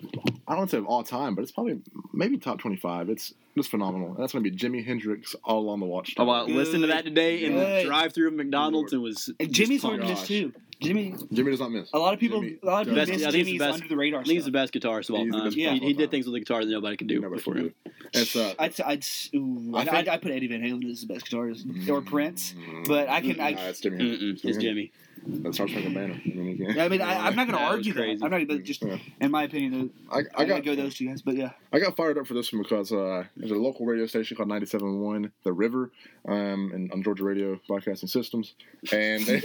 S1: I don't say of all time, but it's probably maybe top 25. It's just phenomenal. And that's gonna be Jimi Hendrix "All Along the
S2: Oh,
S1: Watchtower."
S2: well, I listened to that today in the
S3: Good.
S2: drive-through of McDonald's and was.
S3: And Jimmy's
S2: just pumped.
S3: hard to miss
S1: gosh.
S3: too. Jimmy,
S1: Jimmy does not miss.
S3: a lot of people,
S1: Jimmy-
S3: a lot of people
S1: Best-
S3: miss
S1: I think
S2: he's the
S3: Jimmy's
S2: best-
S3: under the radar.
S2: I think he's the
S3: stuff.
S2: best guitarist of all
S1: He's the
S2: time.
S1: best
S2: He,
S1: guitarist of
S2: he
S1: all
S2: did
S1: time.
S2: things that the guitar that nobody could do
S1: Nobody
S2: before
S1: can
S2: him.
S1: do it. It's uh,
S3: I'd, I'd, ooh,
S1: I
S3: I
S1: think- Mm-hmm.
S3: I'd, I'd put Eddie Van Halen as the best guitarist or Prince. but I can- I-
S1: Nah, it's Jimmy.
S2: Mm-mm, it's Jimmy.
S1: That's our second banner. I mean, you can't-
S3: I mean, I, I'm not going to
S2: That was
S3: argue
S2: crazy.
S3: that. I'm not gonna, just
S1: Yeah.
S3: in my opinion.
S1: I,
S3: I,
S1: I
S3: got to
S1: got
S3: go those two guys, but yeah,
S1: I got fired up for this one because uh, there's a local radio station called 97.1 The River, um, and on Georgia Radio Broadcasting Systems, and they,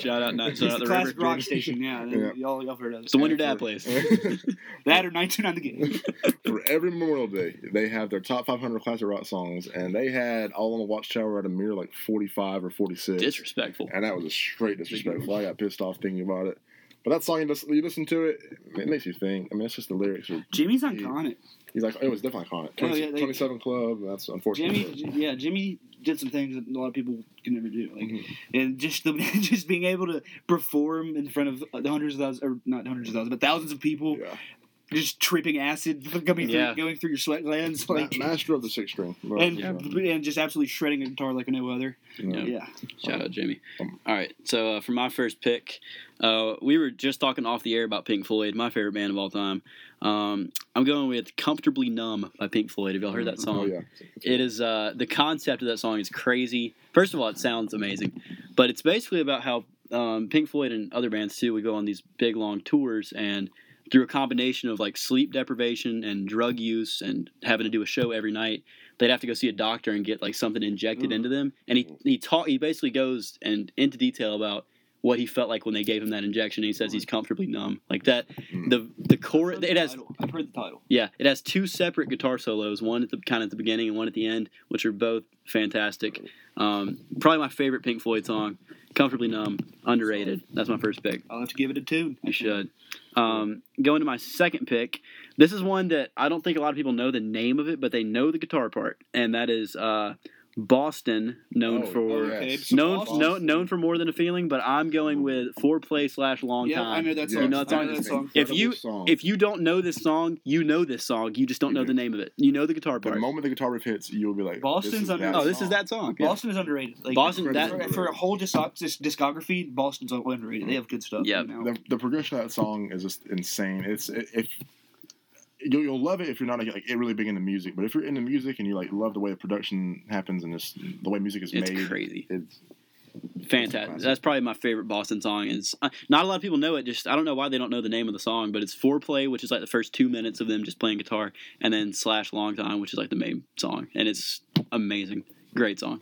S2: Shout out, not,
S3: it's
S2: shout out
S3: the
S2: the
S3: classic
S2: river.
S3: rock station. Yeah,
S1: Yeah.
S3: y'all y'all heard of it.
S2: It's the one your dad plays.
S3: That or 19 on the game.
S1: for every Memorial Day, they have their top 500 classic rock songs, and they had All on the Watchtower at a mere like 45 or 46.
S2: Disrespectful.
S1: And that was a straight disrespectful. I got pissed off thinking about it. But that song, you, just, you listen to it, it makes you think. I mean, it's just the lyrics. Are,
S3: Jimmy's
S1: Yeah.
S3: iconic.
S1: he's like, it was definitely iconic. 20,
S3: Oh, yeah, they-
S1: 27 Club, that's unfortunate.
S3: Jimmy, yeah, Jimmy did some things that a lot of people can never do, like,
S1: Mhm.
S2: Mm-hmm.
S3: and just the, just being able to perform in front of the hundreds of thousands, or not hundreds of thousands, but thousands of people,
S1: Yeah.
S3: just tripping acid coming
S2: Yeah.
S3: through, going through your sweat glands,
S1: Ma-
S3: like,
S1: master of the six string. bro.
S3: and
S1: Yeah.
S3: and just absolutely shredding a guitar like no other.
S1: Yeah.
S3: Yeah,
S2: Shout out, Jimmy.
S1: Um,
S2: All right, so uh, for my first pick, uh, we were just talking off the air about Pink Floyd, my favorite band of all time. Um, I'm going with "Comfortably Numb" by Pink Floyd. Have y'all heard that song?
S1: Oh, yeah.
S2: It is uh, the concept of that song is crazy. First of all, it sounds amazing, but it's basically about how um, Pink Floyd and other bands too would go on these big long tours, and through a combination of like sleep deprivation and drug use and having to do a show every night, they'd have to go see a doctor and get like something injected
S3: Ooh.
S2: into them. And he he taught he basically goes and into detail about what he felt like when they gave him that injection. And he says he's comfortably numb like that.
S1: Mm.
S2: The the core it has
S3: I've heard the title.
S2: yeah, it has two separate guitar solos, one at the kind of at the beginning and one at the end, which are both fantastic. Um, probably my favorite Pink Floyd song, "Comfortably Numb," underrated. That's my first pick.
S3: I'll have to give it a tune.
S2: You should. Um, going to my second pick. This is one that I don't think a lot of people know the name of it, but they know the guitar part, and that is uh, "Boston," known
S1: Oh,
S2: for
S1: oh, yeah.
S3: Okay, so
S2: known
S3: Boston.
S2: known known for more than a feeling. But I'm going with foreplay slash long
S3: yeah, I
S2: time.
S3: know that
S1: Yeah.
S3: song.
S2: You know, it's
S3: I
S2: on-
S3: know that song.
S2: If you-
S1: Incredible song.
S2: If you don't know this song, you know this song. You just don't know the name of it. You know the guitar
S1: the
S2: part.
S1: moment the guitar riff hits, you'll be like,
S3: Boston's
S1: this is
S3: under-
S1: that
S2: Oh, this
S1: song.
S2: is that song. Yeah.
S3: Boston is underrated. Like,
S2: Boston,
S1: that-
S3: for, for a whole disc- dis- discography, Boston's underrated. They have good stuff.
S2: Yep.
S3: you know.
S1: The, the progression of that song is just insane. It's it, if you'll, you'll love it if you're not like really big into music, but if you're into music and you like love the way the production happens and just the way music is
S2: It's
S1: made,
S2: crazy.
S1: it's
S2: Fantastic. That's probably my favorite Boston song. Is uh, not a lot of people know it. Just I don't know why they don't know the name of the song, but it's foreplay, which is like the first two minutes of them just playing guitar, and then slash long time, which is like the main song, and it's amazing. Great song.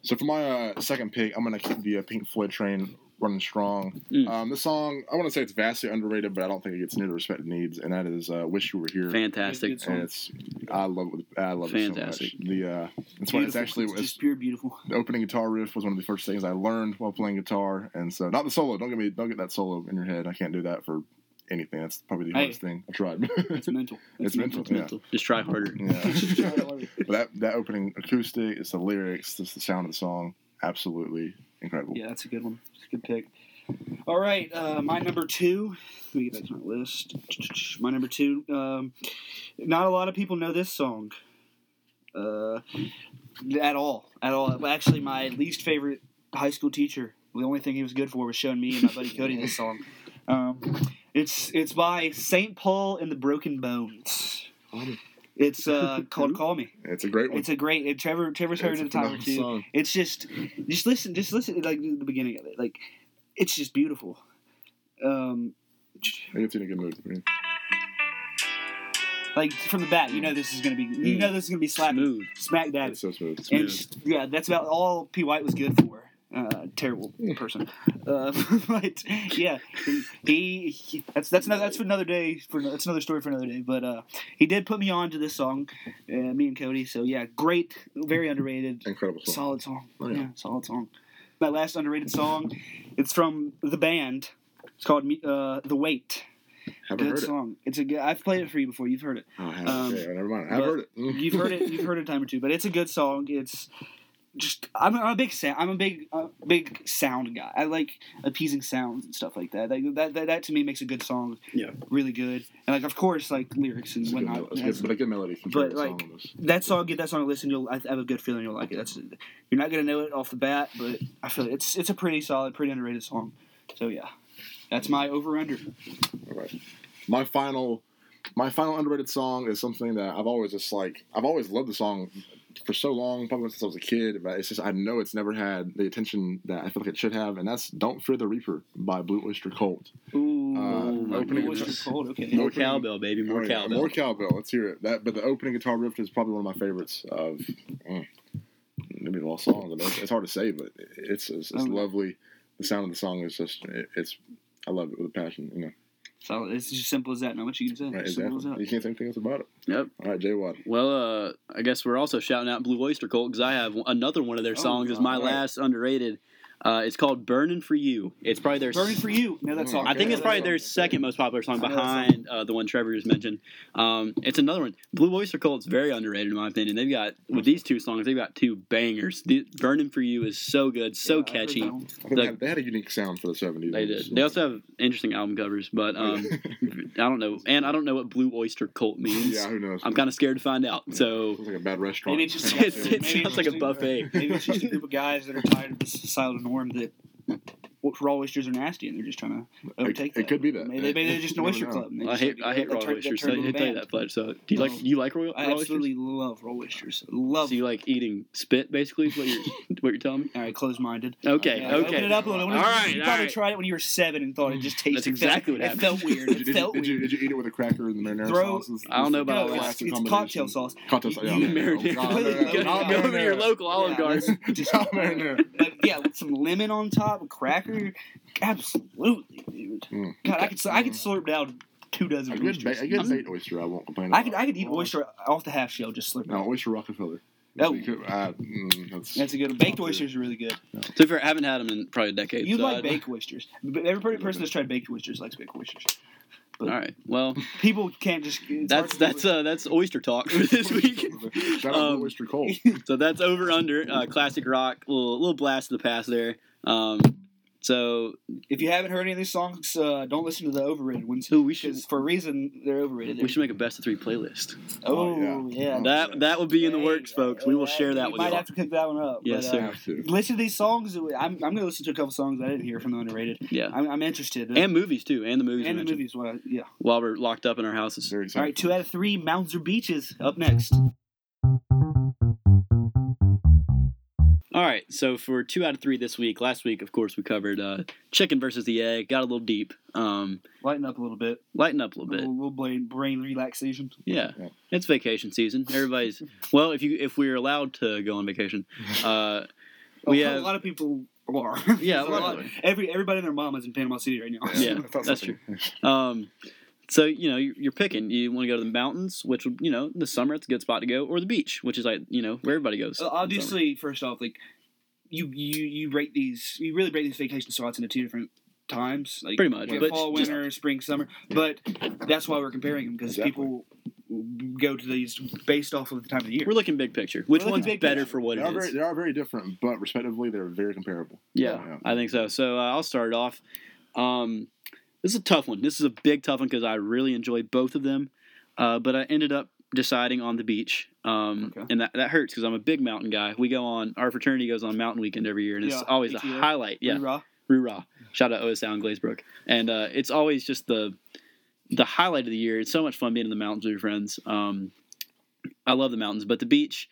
S1: So for my uh, second pick, I'm gonna keep the uh, Pink Floyd train running strong.
S2: Mm.
S1: Um, this song, I want to say it's vastly underrated, but I don't think it gets near the respect it needs, and that is uh, "Wish You Were Here."
S2: Fantastic.
S3: Good song.
S1: And it's, I love, it, I love
S2: Fantastic.
S1: it so much. The uh, it's one. It's
S3: Beautiful.
S1: actually it's,
S3: just pure beautiful.
S1: the opening guitar riff was one of the first things I learned while playing guitar, and so not the solo. Don't get me, don't get that solo in your head. I can't do that for anything. That's probably the
S3: Hey.
S1: hardest thing I tried.
S3: It's mental.
S1: It's mental.
S2: It's mental. Just try harder.
S1: yeah,
S3: mental.
S1: but that that opening acoustic, it's the lyrics, it's the sound of the song, absolutely incredible.
S3: Yeah, that's a good one. It's a good pick. All right, uh, my number two. Let me get back to my list. My number two. Um, not a lot of people know this song. Uh, at all, at all. Actually, my least favorite high school teacher. The only thing he was good for was showing me and my buddy Cody this song. Um, it's it's by Saint Paul and the Broken Bones. It's uh, called "Call Me."
S1: It's a Oh. great one.
S3: It's a great. and Trevor Trevor's heard
S1: It's
S3: it
S1: a
S3: a time or
S1: phenomenal
S3: two.
S1: song.
S3: It's just, just listen, just listen to like the beginning of it. Like, it's just beautiful. Um,
S1: I think it's in a good mood. man.
S3: like from the bat, you know this is gonna be, you
S2: Mm.
S3: know this is gonna be slap
S2: Smooth.
S3: smack dab.
S1: It's so smooth.
S3: And
S2: Smooth.
S3: just- yeah, that's about all P White was good for. Uh, terrible person, uh, but yeah, he, he, he- that's that's another that's for another day for that's another story for another day. But uh, he did put me on to this song, uh, me and Cody. So yeah, great, very underrated.
S1: Incredible song.
S3: Solid song.
S1: Oh,
S3: yeah.
S1: yeah.
S3: solid song. My last underrated song, it's from the band. It's called Me- uh, "The Wait."
S1: Haven't
S3: Good
S1: heard it.
S3: song. It's a good. I've played it for you before. You've heard it.
S1: Oh, I haven't.
S3: Um,
S1: okay, never mind. I've
S3: but
S1: heard it. Mm.
S3: You've heard it. You've heard it a time or two. But it's a good song. It's just. I'm, I'm a big sound. I'm a big, uh, big sound guy. I like appeasing sounds and stuff like that. Like, that, that. That to me makes a good song.
S2: Yeah.
S3: Really good. And like, of course, like lyrics and
S1: It's a good mel-
S3: whatnot.
S1: it's a
S3: That's-
S1: good- But a good melody. can
S3: But,
S1: turn the song
S3: like,
S1: almost.
S3: that song, get that song a listen. You'll I have a good feeling you'll like it. That's you're not gonna know it off the bat, but I feel it's it's a pretty solid, pretty underrated song. So yeah, that's my over under.
S1: All right. My final, my final underrated song is something that I've always just like. I've always loved the song for so long, probably since I was a kid. But it's just I know it's never had the attention that I feel like it should have, and that's "Don't Fear the Reaper" by Blue Oyster Cult.
S3: Ooh,
S1: Uh,
S2: opening
S3: Voice
S1: address.
S3: is cold. Okay.
S1: No.
S2: More
S1: Opening-
S2: cowbell, baby. More
S1: Oh, yeah,
S2: cowbell.
S1: More cowbell. Let's hear it. That, but the opening guitar riff is probably one of my favorites of. Mm, maybe of all songs. I mean, it's, it's hard to say, but it's it's, it's
S2: Mm.
S3: Oh.
S1: lovely. The sound of the song is just it, it's. I love it with a passion. You know,
S3: So it's just simple as that. Not much you can say.
S1: right?
S3: simple
S1: Exactly. You
S3: as
S1: can't say anything else about it.
S2: Yep.
S1: All right, Jay Wad.
S2: Well, uh, I guess we're also shouting out Blue Oyster Cult because I have another one of their
S3: Oh,
S2: songs. is my
S1: alright.
S2: last underrated. Uh, it's called "Burning for You." It's probably their.
S3: that. Burning for you. No, that
S1: Mm.
S3: song.
S2: I think it's
S1: Yeah,
S2: probably
S1: that
S2: their
S1: song.
S2: second most popular song
S3: I know that
S2: behind uh, the one Trevor just mentioned. Um, it's another one. Blue Oyster Cult's very underrated in my opinion. They've got with these two songs, they've got two bangers. The, "Burning for You" is so good, so
S3: Yeah, I've heard
S2: catchy.
S3: that
S1: I
S3: one.
S1: think
S2: The-
S1: they, had, they had a unique sound for the seventies.
S2: They did. They also have interesting album covers, but um, I don't know. And I don't know what Blue Oyster Cult means.
S1: yeah, who knows?
S2: I'm kind of scared to find out. So
S1: Sounds like a bad restaurant.
S3: Maybe it's just
S2: it, it
S3: Maybe
S2: sounds like a
S3: interesting.
S2: buffet.
S3: Maybe it's just a group of guys that are tired of the societal norm that raw oysters are nasty, and they're just trying to overtake.
S1: it could be that.
S3: Maybe, maybe they're just an
S1: You never
S3: oyster
S1: know.
S3: club. and they
S2: I
S3: just
S2: hate
S3: like-
S2: I hate
S3: they
S2: raw
S3: turn- they
S2: oysters.
S3: turn
S2: I
S3: into a
S2: did tell you
S3: band.
S2: that Fudge. So do you like
S3: No.
S2: you like raw, raw
S3: I absolutely
S2: oysters?
S3: love raw oysters. Love.
S2: So you like eating spit basically is what you're what you're telling me?
S3: All right, closed-minded.
S2: Okay,
S1: Yeah,
S3: Open it
S2: okay.
S3: up a little.
S2: All
S3: you
S2: right, all
S3: probably
S2: right. Mm,
S3: tried it when you were seven and thought it just tasted.
S2: exactly what
S3: it
S2: happened.
S3: felt
S1: Did
S3: weird.
S1: you,
S3: It
S1: did, you,
S3: felt
S1: did, you,
S3: weird.
S1: did you eat it with a cracker and the marinara
S3: Throw-
S1: sauce? It's-
S2: I don't know about
S3: No,
S2: all
S1: it's-
S2: that.
S3: it's,
S1: classic
S3: it's
S1: combination.
S3: cocktail sauce.
S1: Cocktail sauce.
S3: You-
S1: Yeah, Oh,
S3: you
S2: marinara.
S3: Go-
S1: Not
S3: go
S2: Go to your local Olive
S3: Yeah,
S2: Garden.
S3: Just-
S1: Not marinara.
S3: But yeah, with some lemon on top, a cracker. Absolutely, dude.
S2: Hmm.
S1: Mm.
S3: God, I could I
S2: Mm-hmm.
S3: could slurp down two dozen
S1: A good,
S3: oysters. Mm-hmm.
S1: ba- a good baked oyster. I won't complain.
S3: I
S1: about.
S3: could I could eat oyster off the half shell just slurp. it
S1: No,
S3: down.
S1: oyster Rockefeller.
S3: Oh.
S1: You could- I- mm, that's-
S3: That's a good one. Baked oysters are really good.
S2: To be fair, I haven't had them in probably a decade.
S3: You
S2: so
S3: like
S2: I'd-
S3: baked oysters. But Every person that's tried baked oysters likes baked oysters.
S2: All right. Well,
S3: People can't just. it's
S2: that's
S3: hard
S2: that's
S3: to-
S2: uh that's oyster talk for this week.
S1: Shout out
S2: Um,
S1: to oyster cold.
S2: So that's over under uh, classic rock. Little little blast to the past there. Um, so
S3: If you haven't heard any of these songs, uh, don't listen to the overrated ones.
S2: ooh, we should
S3: Because for a reason, they're overrated.
S2: we should make a best of three playlist.
S3: oh,
S1: Oh,
S3: yeah.
S1: yeah.
S2: That that would be in the works, folks. We will share that
S3: We
S2: with
S3: might
S2: you. all.
S3: have to pick that one up.
S2: Yes,
S3: but,
S2: sir.
S3: uh,
S1: Have to.
S3: Listen to these songs. I'm, I'm going to listen to a couple songs I didn't hear from the underrated.
S2: Yeah.
S3: I'm, I'm interested.
S2: And movies too, and the movies. we
S3: and the
S2: mentioned.
S3: movies. Well, yeah.
S2: While we're locked up in our houses.
S1: Very
S3: All
S1: exciting.
S3: right, two out of three mountains or beaches up next.
S2: All right, so for two out of three this week, last week, of course, we covered uh, chicken versus the egg. Got a little deep. Um,
S3: Lighten up a little bit.
S2: lighten up a little
S3: A
S2: bit.
S3: little, little brain, brain relaxation.
S2: Yeah,
S1: Yeah.
S2: it's vacation season. Everybody's well. If you if we're allowed to go on vacation, uh, We
S3: a,
S2: have-
S3: lot of people are.
S2: yeah,
S3: There's
S2: a lot
S1: of them.
S3: every everybody and their mom is in Panama City right now.
S2: Yeah,
S1: I thought
S2: that's
S1: something-
S2: um, so you know you're, you're picking. You want to go to the mountains, which would- you know in the summer it's a good spot to go, or the beach, which is like you know where everybody goes.
S3: Uh, obviously, first off, like you you you rate these, you really break these vacation slots into two different times, like
S2: Pretty much,
S3: like
S2: but
S3: fall,
S2: just-
S3: winter, spring, summer. But that's why we're comparing them because
S1: Exactly.
S3: people go to these based off of the time of the year.
S2: We're looking big picture. Which
S3: looking
S2: one's
S3: big
S2: better
S3: picture.
S2: for what
S1: They
S2: it
S1: are,
S2: is?
S1: very, they are very different, but respectively, they're very comparable.
S2: Yeah,
S1: Yeah.
S2: I think so. So uh, I'll start it off. Um, this is a tough one. This is a big tough one because I really enjoyed both of them, uh, but I ended up deciding on the beach, um,
S3: Okay.
S2: and that, that hurts because I'm a big mountain guy. We go on our fraternity goes on mountain weekend every year, and it's
S3: Yeah,
S2: always a
S3: PTO.
S2: highlight. Yeah,
S3: Hoorah.
S2: Rurah. Shout out OSL and Glazebrook. And uh, it's always just the the highlight of the year. It's so much fun being in the mountains with your friends. Um, I love the mountains, but the beach,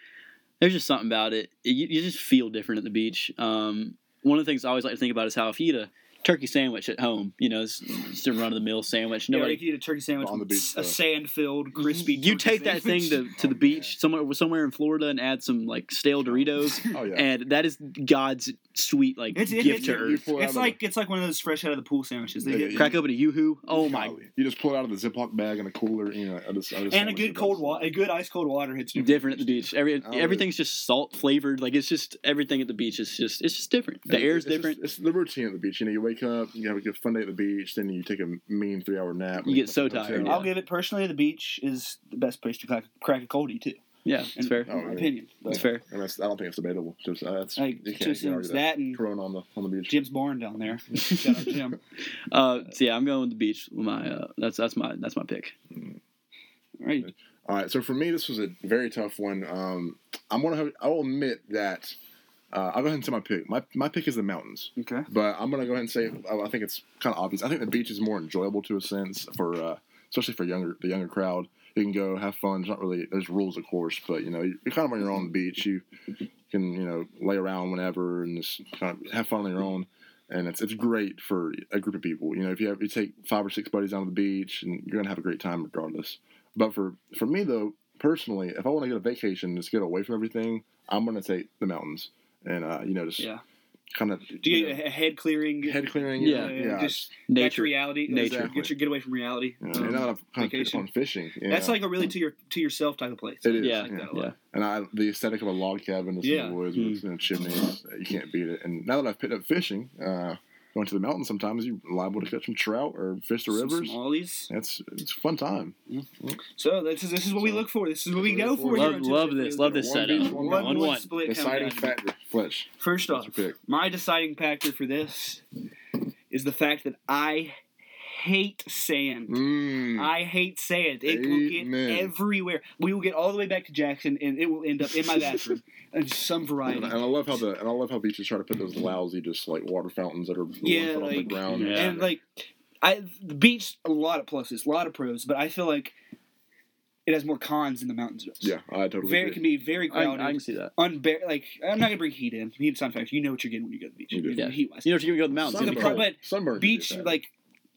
S2: there's just something about it. You, you just feel different at the beach. Um, one of the things I always like to think about is how if you eat a turkey sandwich at home, you know, it's just a run of the mill sandwich.
S3: Yeah,
S2: Nobody.
S3: you could eat a turkey sandwich
S1: On the
S3: with
S1: beach,
S3: a
S1: though.
S3: sand filled, crispy.
S2: you
S3: turkey
S2: take that thing
S3: sandwich.
S2: to, to the
S1: Oh,
S2: beach
S1: man.
S2: somewhere somewhere in Florida and add some like stale Doritos,
S1: Oh yeah.
S2: and that is God's sweet like
S3: It's- it-
S2: gift
S3: it's-
S2: to
S1: You
S2: earth.
S1: pull it out of
S3: It's
S1: the-
S3: like it's like one of those fresh out of the pool sandwiches. They
S1: Yeah,
S3: get-
S1: yeah,
S2: Crack open a yoo-hoo. Oh my
S1: Golly. You just pull it out of the Ziploc bag and a cooler, you know. I just, I just
S3: And a good cold water, a good ice cold water hits you.
S2: different at the beach. Every
S1: Oh,
S2: everything's just salt flavored. Like it's just everything at the beach is just it's just different. The
S1: It's-
S2: air's
S1: it's just-
S2: different.
S1: it's the routine at the beach. You know, you wake up, you have a good fun day at the beach, then you take a mean three hour nap.
S2: You get so tired, yeah.
S3: I'll give it personally. The beach is the best place to crack, crack a coldie too.
S2: yeah, it's
S3: and-
S2: fair.
S1: Oh,
S3: in my
S1: yeah.
S3: opinion. But,
S2: It's fair.
S1: And that's, I don't think it's debatable. Just uh, that's
S3: like,
S1: you
S3: two
S1: can't you
S3: things
S1: argue
S3: that and
S1: Corona on the on the beach.
S3: Jim's barn down there. Shout out Jim.
S2: Uh, so yeah, I'm going with the beach. With my uh, that's that's my that's my pick.
S3: All right.
S1: All right, so for me, this was a very tough one. Um, I'm gonna have, I will admit that uh, I'll go ahead and say my pick. My my pick is the mountains.
S3: Okay.
S1: But I'm gonna go ahead and say I I think it's kind of obvious. I think the beach is more enjoyable to a sense for uh, especially for younger the younger crowd. You can go have fun. It's not really there's rules of course, but you know you're kind of on your own on the beach. You can you know lay around whenever and just kind of have fun on your own. And it's it's great for a group of people. You know if you have you take five or six buddies down to the beach and you're gonna have a great time regardless. But for for me though personally, if I want to get a vacation, just get away from everything, I'm gonna take the mountains and uh, you know just
S3: Yeah.
S1: kind of
S3: Do you get a head clearing?
S1: head clearing. yeah,
S2: Yeah,
S3: yeah,
S1: yeah.
S3: just back to
S2: Nature.
S3: reality.
S2: Nature.
S3: Get your get away from reality.
S1: Yeah,
S3: Um,
S1: and now that I've kind of picked
S3: vacation.
S1: on fishing, yeah.
S3: That's like a really to your to yourself type of place.
S1: It is,
S2: Yeah,
S3: I like that a
S2: yeah.
S3: lot.
S1: and I, the aesthetic of a log cabin just in
S3: Yeah. Hmm.
S1: the woods
S2: Mm.
S1: with you know, chimneys, you can't beat it. And now that I've picked up fishing, uh, going to the mountains sometimes you're liable to catch some trout or fish the
S3: Some
S1: rivers.
S3: smallies.
S1: That's it's a fun time.
S3: So this is this is what we
S1: So-
S3: look for. This is what we
S1: Look
S3: go for.
S1: forward.
S2: Love
S3: during
S2: love
S3: Tuesday.
S2: this love this
S1: One
S2: setup.
S1: beach,
S3: One
S1: one
S3: one,
S2: One
S1: mountain.
S2: one.
S3: split.
S1: Deciding
S3: Deciding
S1: factor, Fletch.
S3: First
S1: What's
S3: off,
S1: your pick?
S3: my deciding factor for this is the fact that I hate sand.
S1: Mm.
S3: I hate sand. It will
S1: Amen.
S3: get everywhere. We will get all the way back to Jackson, and it will end up in my bathroom in some variety.
S1: And I love how the and I love how beaches try to put those lousy just like water fountains that are one foot
S3: Yeah,
S1: on the
S3: like-
S1: ground.
S2: Yeah.
S3: And like, I the beach a lot of pluses, a lot of pros, but I feel like it has more cons than the mountains does.
S1: yeah, I totally
S3: very
S1: agree.
S3: can be very
S2: I,
S3: crowded.
S2: I can see that.
S3: unbear- like I'm not gonna bring heat in. Heat's not fact. You know what you're getting when you go to the beach.
S1: You do.
S2: Yeah.
S3: Heat wise,
S2: You know, if you're gonna go to the mountains, it's
S3: Some
S2: gonna be
S3: pro-
S2: cold.
S1: Sunburn- sunburn.
S3: beach
S1: can be bad.
S3: like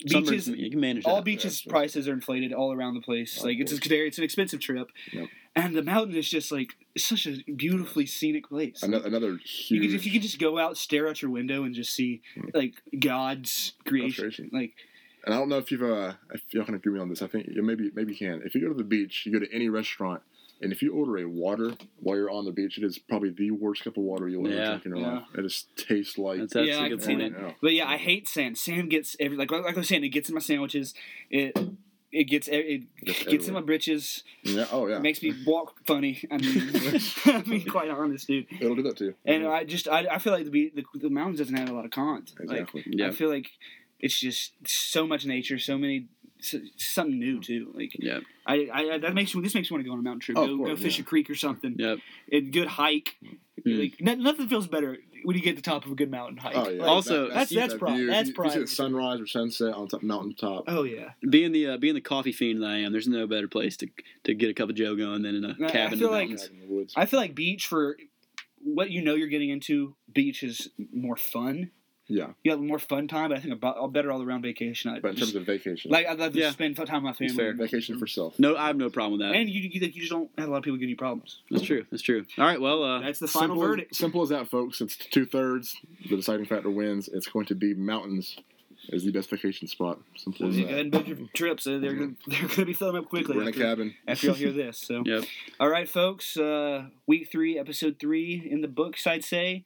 S2: Summers,
S3: beaches.
S2: you can manage
S3: all
S2: that.
S3: beaches
S1: yeah, sure.
S3: prices are inflated all around the place.
S1: Of
S3: like it's
S1: course.
S3: a, it's an expensive trip,
S1: Yep.
S3: and the mountain is just like it's such a beautifully scenic place.
S1: another, another
S3: You
S1: huge. Hmm.
S3: could, if you could just go out, stare out your window, and just see like God's creation.
S1: Concentration.
S3: Like
S1: And I don't know if you've uh, if y'all can agree with me on this. I think yeah, maybe maybe you can. If you go to the beach, you go to any restaurant, and if you order a water while you're on the beach, it is probably the worst cup of water you'll ever
S2: Yeah.
S1: drink in your
S3: Yeah.
S1: life. It just tastes like. Oh,
S2: That's, that's
S3: Yeah,
S2: a
S3: I
S2: good
S3: can see
S2: point.
S3: that. But yeah, I hate sand. Sand gets every like like I was saying, it gets in my sandwiches. It it gets e- it
S1: Gets
S3: gets in
S1: everywhere.
S3: my britches.
S1: Yeah. Oh yeah.
S3: It makes me walk funny. I mean, I mean, quite honest, dude.
S1: It'll do that too.
S3: And uh, I just I, I feel like the, be- the the mountains doesn't have a lot of cons. Like
S1: exactly.
S2: Yeah.
S3: I feel like it's just so much nature, so many s something new too. Like
S2: Yeah.
S3: I, I I- that makes me this makes me want to go on a mountain trip.
S1: Mm. Oh, of
S3: go, go
S1: course,
S3: fish
S1: yeah.
S3: a creek or something.
S2: Yep.
S3: And good hike.
S2: Mm.
S3: Like no, nothing feels better when you get to the top of a good mountain hike.
S1: Oh, yeah.
S3: Like,
S2: Also-
S3: that's- that's
S1: that
S3: prime-
S1: view.
S3: that's
S1: You- You see
S3: prime.
S1: the sunrise or sunset on top mountain top.
S3: oh yeah.
S2: Being the uh, being the coffee fiend that I am, there's no better place to to get a cup of Joe going than in a
S3: I
S2: cabin in
S3: feel
S2: the
S3: like-
S2: mountains.
S1: in the woods.
S3: I feel like beach for what you know you're getting into, beach is more fun.
S1: Yeah,
S3: You have a more fun time, but I think about a better all around vacation. I
S1: but in
S3: just-
S1: terms of vacation,
S3: like I'd love to
S2: Yeah.
S3: spend time with my
S2: It's
S3: family.
S2: fair.
S1: vacation for self.
S2: No, I have no problem with that.
S3: And you, you, like, you just don't have a lot of people giving you problems.
S2: That's true. That's true. All right. Well, uh,
S3: That's the final
S1: simple,
S3: verdict.
S1: Simple as that, folks. It's two thirds. The deciding factor wins. It's going to be mountains is the best vacation spot. Simple as
S3: you go ahead
S1: that.
S3: and book your trips. Uh, they're gonna, they're going to be filling up quickly
S1: We're in a
S3: after,
S1: cabin.
S3: after y'all hear this. So,
S2: Yep.
S3: all right, folks. Uh, week three, episode three in the books. I'd say.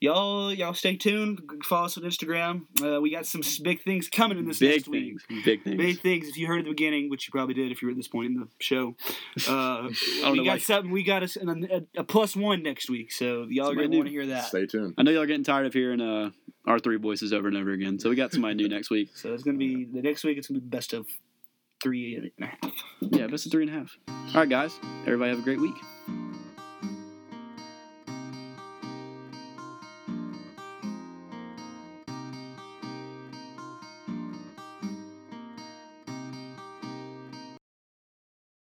S3: Y'all, y'all stay tuned. Follow us on Instagram. Uh, we got some s- big things coming in this
S2: big
S3: next week.
S2: things. Big things.
S3: Big things. If you heard at the beginning, which you probably did, if you were at this point in the show, uh,
S2: don't
S3: we got
S2: know why-
S3: something. We got us an, a, a plus one next week, so y'all are
S2: Somebody
S3: gonna
S2: new.
S3: want to hear that.
S1: Stay tuned.
S2: I know y'all are getting tired of hearing uh, our three voices over and over again. So we got somebody new next week.
S3: So it's gonna be the next week. It's gonna be best of three and a half.
S2: Yeah, best of three and a half. All right, guys. Everybody have a great week.